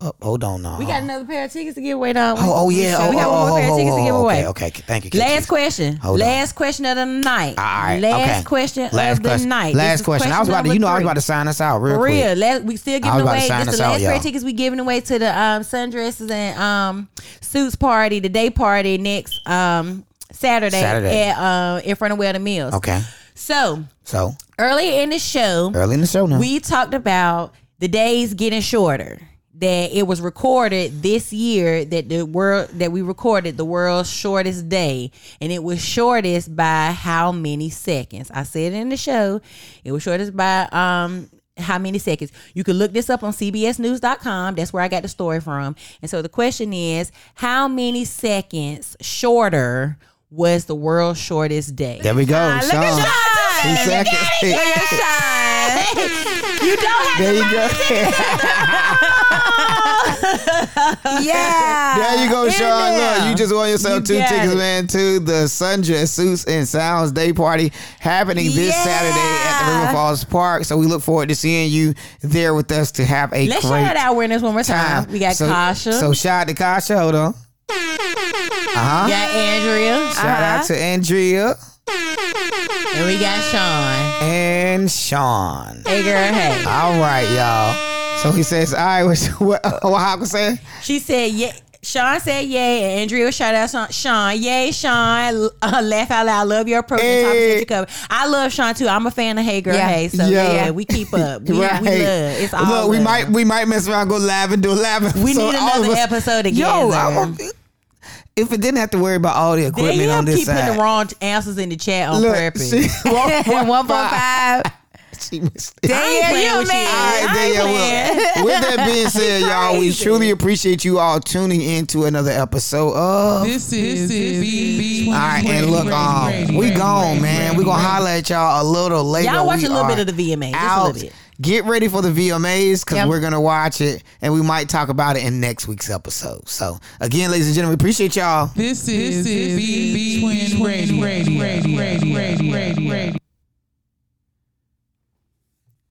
Speaker 2: Oh, hold on now.
Speaker 4: We got another pair of tickets to give away, dog.
Speaker 2: Oh, oh yeah. Oh,
Speaker 4: we got
Speaker 2: oh,
Speaker 4: one more
Speaker 2: oh,
Speaker 4: pair
Speaker 2: oh,
Speaker 4: of tickets
Speaker 2: oh,
Speaker 4: to give
Speaker 2: oh,
Speaker 4: away.
Speaker 2: Okay, okay. Thank you. Keisha.
Speaker 4: Last question.
Speaker 2: Hold on.
Speaker 4: Last question of the night.
Speaker 2: All right.
Speaker 4: Last
Speaker 2: okay.
Speaker 4: question
Speaker 2: Last
Speaker 4: of the
Speaker 2: question.
Speaker 4: night. This
Speaker 2: Last
Speaker 4: is
Speaker 2: question. I was about to. You know, I was
Speaker 4: number
Speaker 2: about to sign us out real
Speaker 4: For
Speaker 2: quick.
Speaker 4: real. Let, we still
Speaker 2: I was
Speaker 4: giving
Speaker 2: about to
Speaker 4: away.
Speaker 2: sign
Speaker 4: This
Speaker 2: us
Speaker 4: the
Speaker 2: out,
Speaker 4: last pair
Speaker 2: y'all.
Speaker 4: of tickets we giving away to the um, sundresses and um, suits party, the day party next um, Saturday,
Speaker 2: Saturday.
Speaker 4: at uh, in front of Weldon Mills.
Speaker 2: Okay.
Speaker 4: So
Speaker 2: So
Speaker 4: earlier in the show,
Speaker 2: early in the show now.
Speaker 4: we talked about the days getting shorter. That it was recorded this year that the world that we recorded the world's shortest day, and it was shortest by how many seconds? I said in the show, it was shortest by um how many seconds. You can look this up on cbsnews.com. That's where I got the story from. And so the question is, how many seconds shorter was the world's shortest day?
Speaker 2: there we go.
Speaker 4: Ah,
Speaker 2: Sean. Two seconds.
Speaker 4: you don't have
Speaker 2: There you go.
Speaker 3: Yeah.
Speaker 2: There you go,
Speaker 4: in
Speaker 2: Sean.
Speaker 4: there.
Speaker 2: Look, you just won yourself
Speaker 4: You
Speaker 2: two
Speaker 4: got
Speaker 2: tickets,
Speaker 4: it.
Speaker 2: man, to the Sundress Suits and Sounds Day Party happening this
Speaker 4: Yeah.
Speaker 2: Saturday at the River Falls Park. So we look forward to seeing you there with us to have a
Speaker 4: Let's
Speaker 2: great
Speaker 4: shout out our winners one more time.
Speaker 2: time.
Speaker 4: We got
Speaker 2: so,
Speaker 4: Kasha.
Speaker 2: So shout out to Kasha. Hold on. Uh-huh.
Speaker 4: we got Andrea.
Speaker 2: Shout out to Andrea
Speaker 4: and we got Sean.
Speaker 2: and Sean.
Speaker 4: Hey girl, hey.
Speaker 2: All right, y'all. So he says, "All right, what's- what what Hawk saying?
Speaker 4: She said yeah. Sean said yay, and Andrea shout out Sean. Sean, yay, Sean. Uh, laugh out loud. Love your approach and topics that
Speaker 2: Hey.
Speaker 4: you cover. I love Sean too. I'm a fan of Hey Girl
Speaker 3: Yeah.
Speaker 4: Hey. So
Speaker 2: Yeah.
Speaker 4: yeah. we keep up. We, we
Speaker 2: Right.
Speaker 4: love. It's all
Speaker 2: Look, we
Speaker 4: love.
Speaker 2: might we might mess around, go live and do a live.
Speaker 4: We
Speaker 2: episode.
Speaker 4: need
Speaker 2: All of
Speaker 4: another
Speaker 2: us-
Speaker 4: episode again.
Speaker 2: Yo, I want, if it didn't have to worry about all the
Speaker 4: They
Speaker 2: equipment
Speaker 4: yeah,
Speaker 2: on
Speaker 4: keep
Speaker 2: this
Speaker 4: putting
Speaker 2: side.
Speaker 4: the wrong answers in the chat on purpose.
Speaker 2: she, one, one,
Speaker 3: One point five.
Speaker 2: she missed it.
Speaker 4: I ain't
Speaker 3: Damn,
Speaker 4: playing
Speaker 3: you
Speaker 4: with you.
Speaker 2: All
Speaker 4: I ain't
Speaker 3: mad.
Speaker 2: right, there y'all
Speaker 4: playing.
Speaker 2: will. With that being said, y'all, we
Speaker 4: Crazy.
Speaker 2: truly appreciate you all tuning in to another episode of.
Speaker 1: This is BB.
Speaker 2: All right, and look, um, we gone, man. We gonna holler at y'all a little later.
Speaker 4: Y'all watch
Speaker 2: We
Speaker 4: a little bit
Speaker 2: are
Speaker 4: of the VMA. Just a
Speaker 2: Out.
Speaker 4: little bit.
Speaker 2: Get ready for the VMAs because
Speaker 3: Yep.
Speaker 2: we're gonna watch it and we might talk about it in next week's episode. So again, ladies and gentlemen, we appreciate y'all.
Speaker 1: This is BB Twin Radio.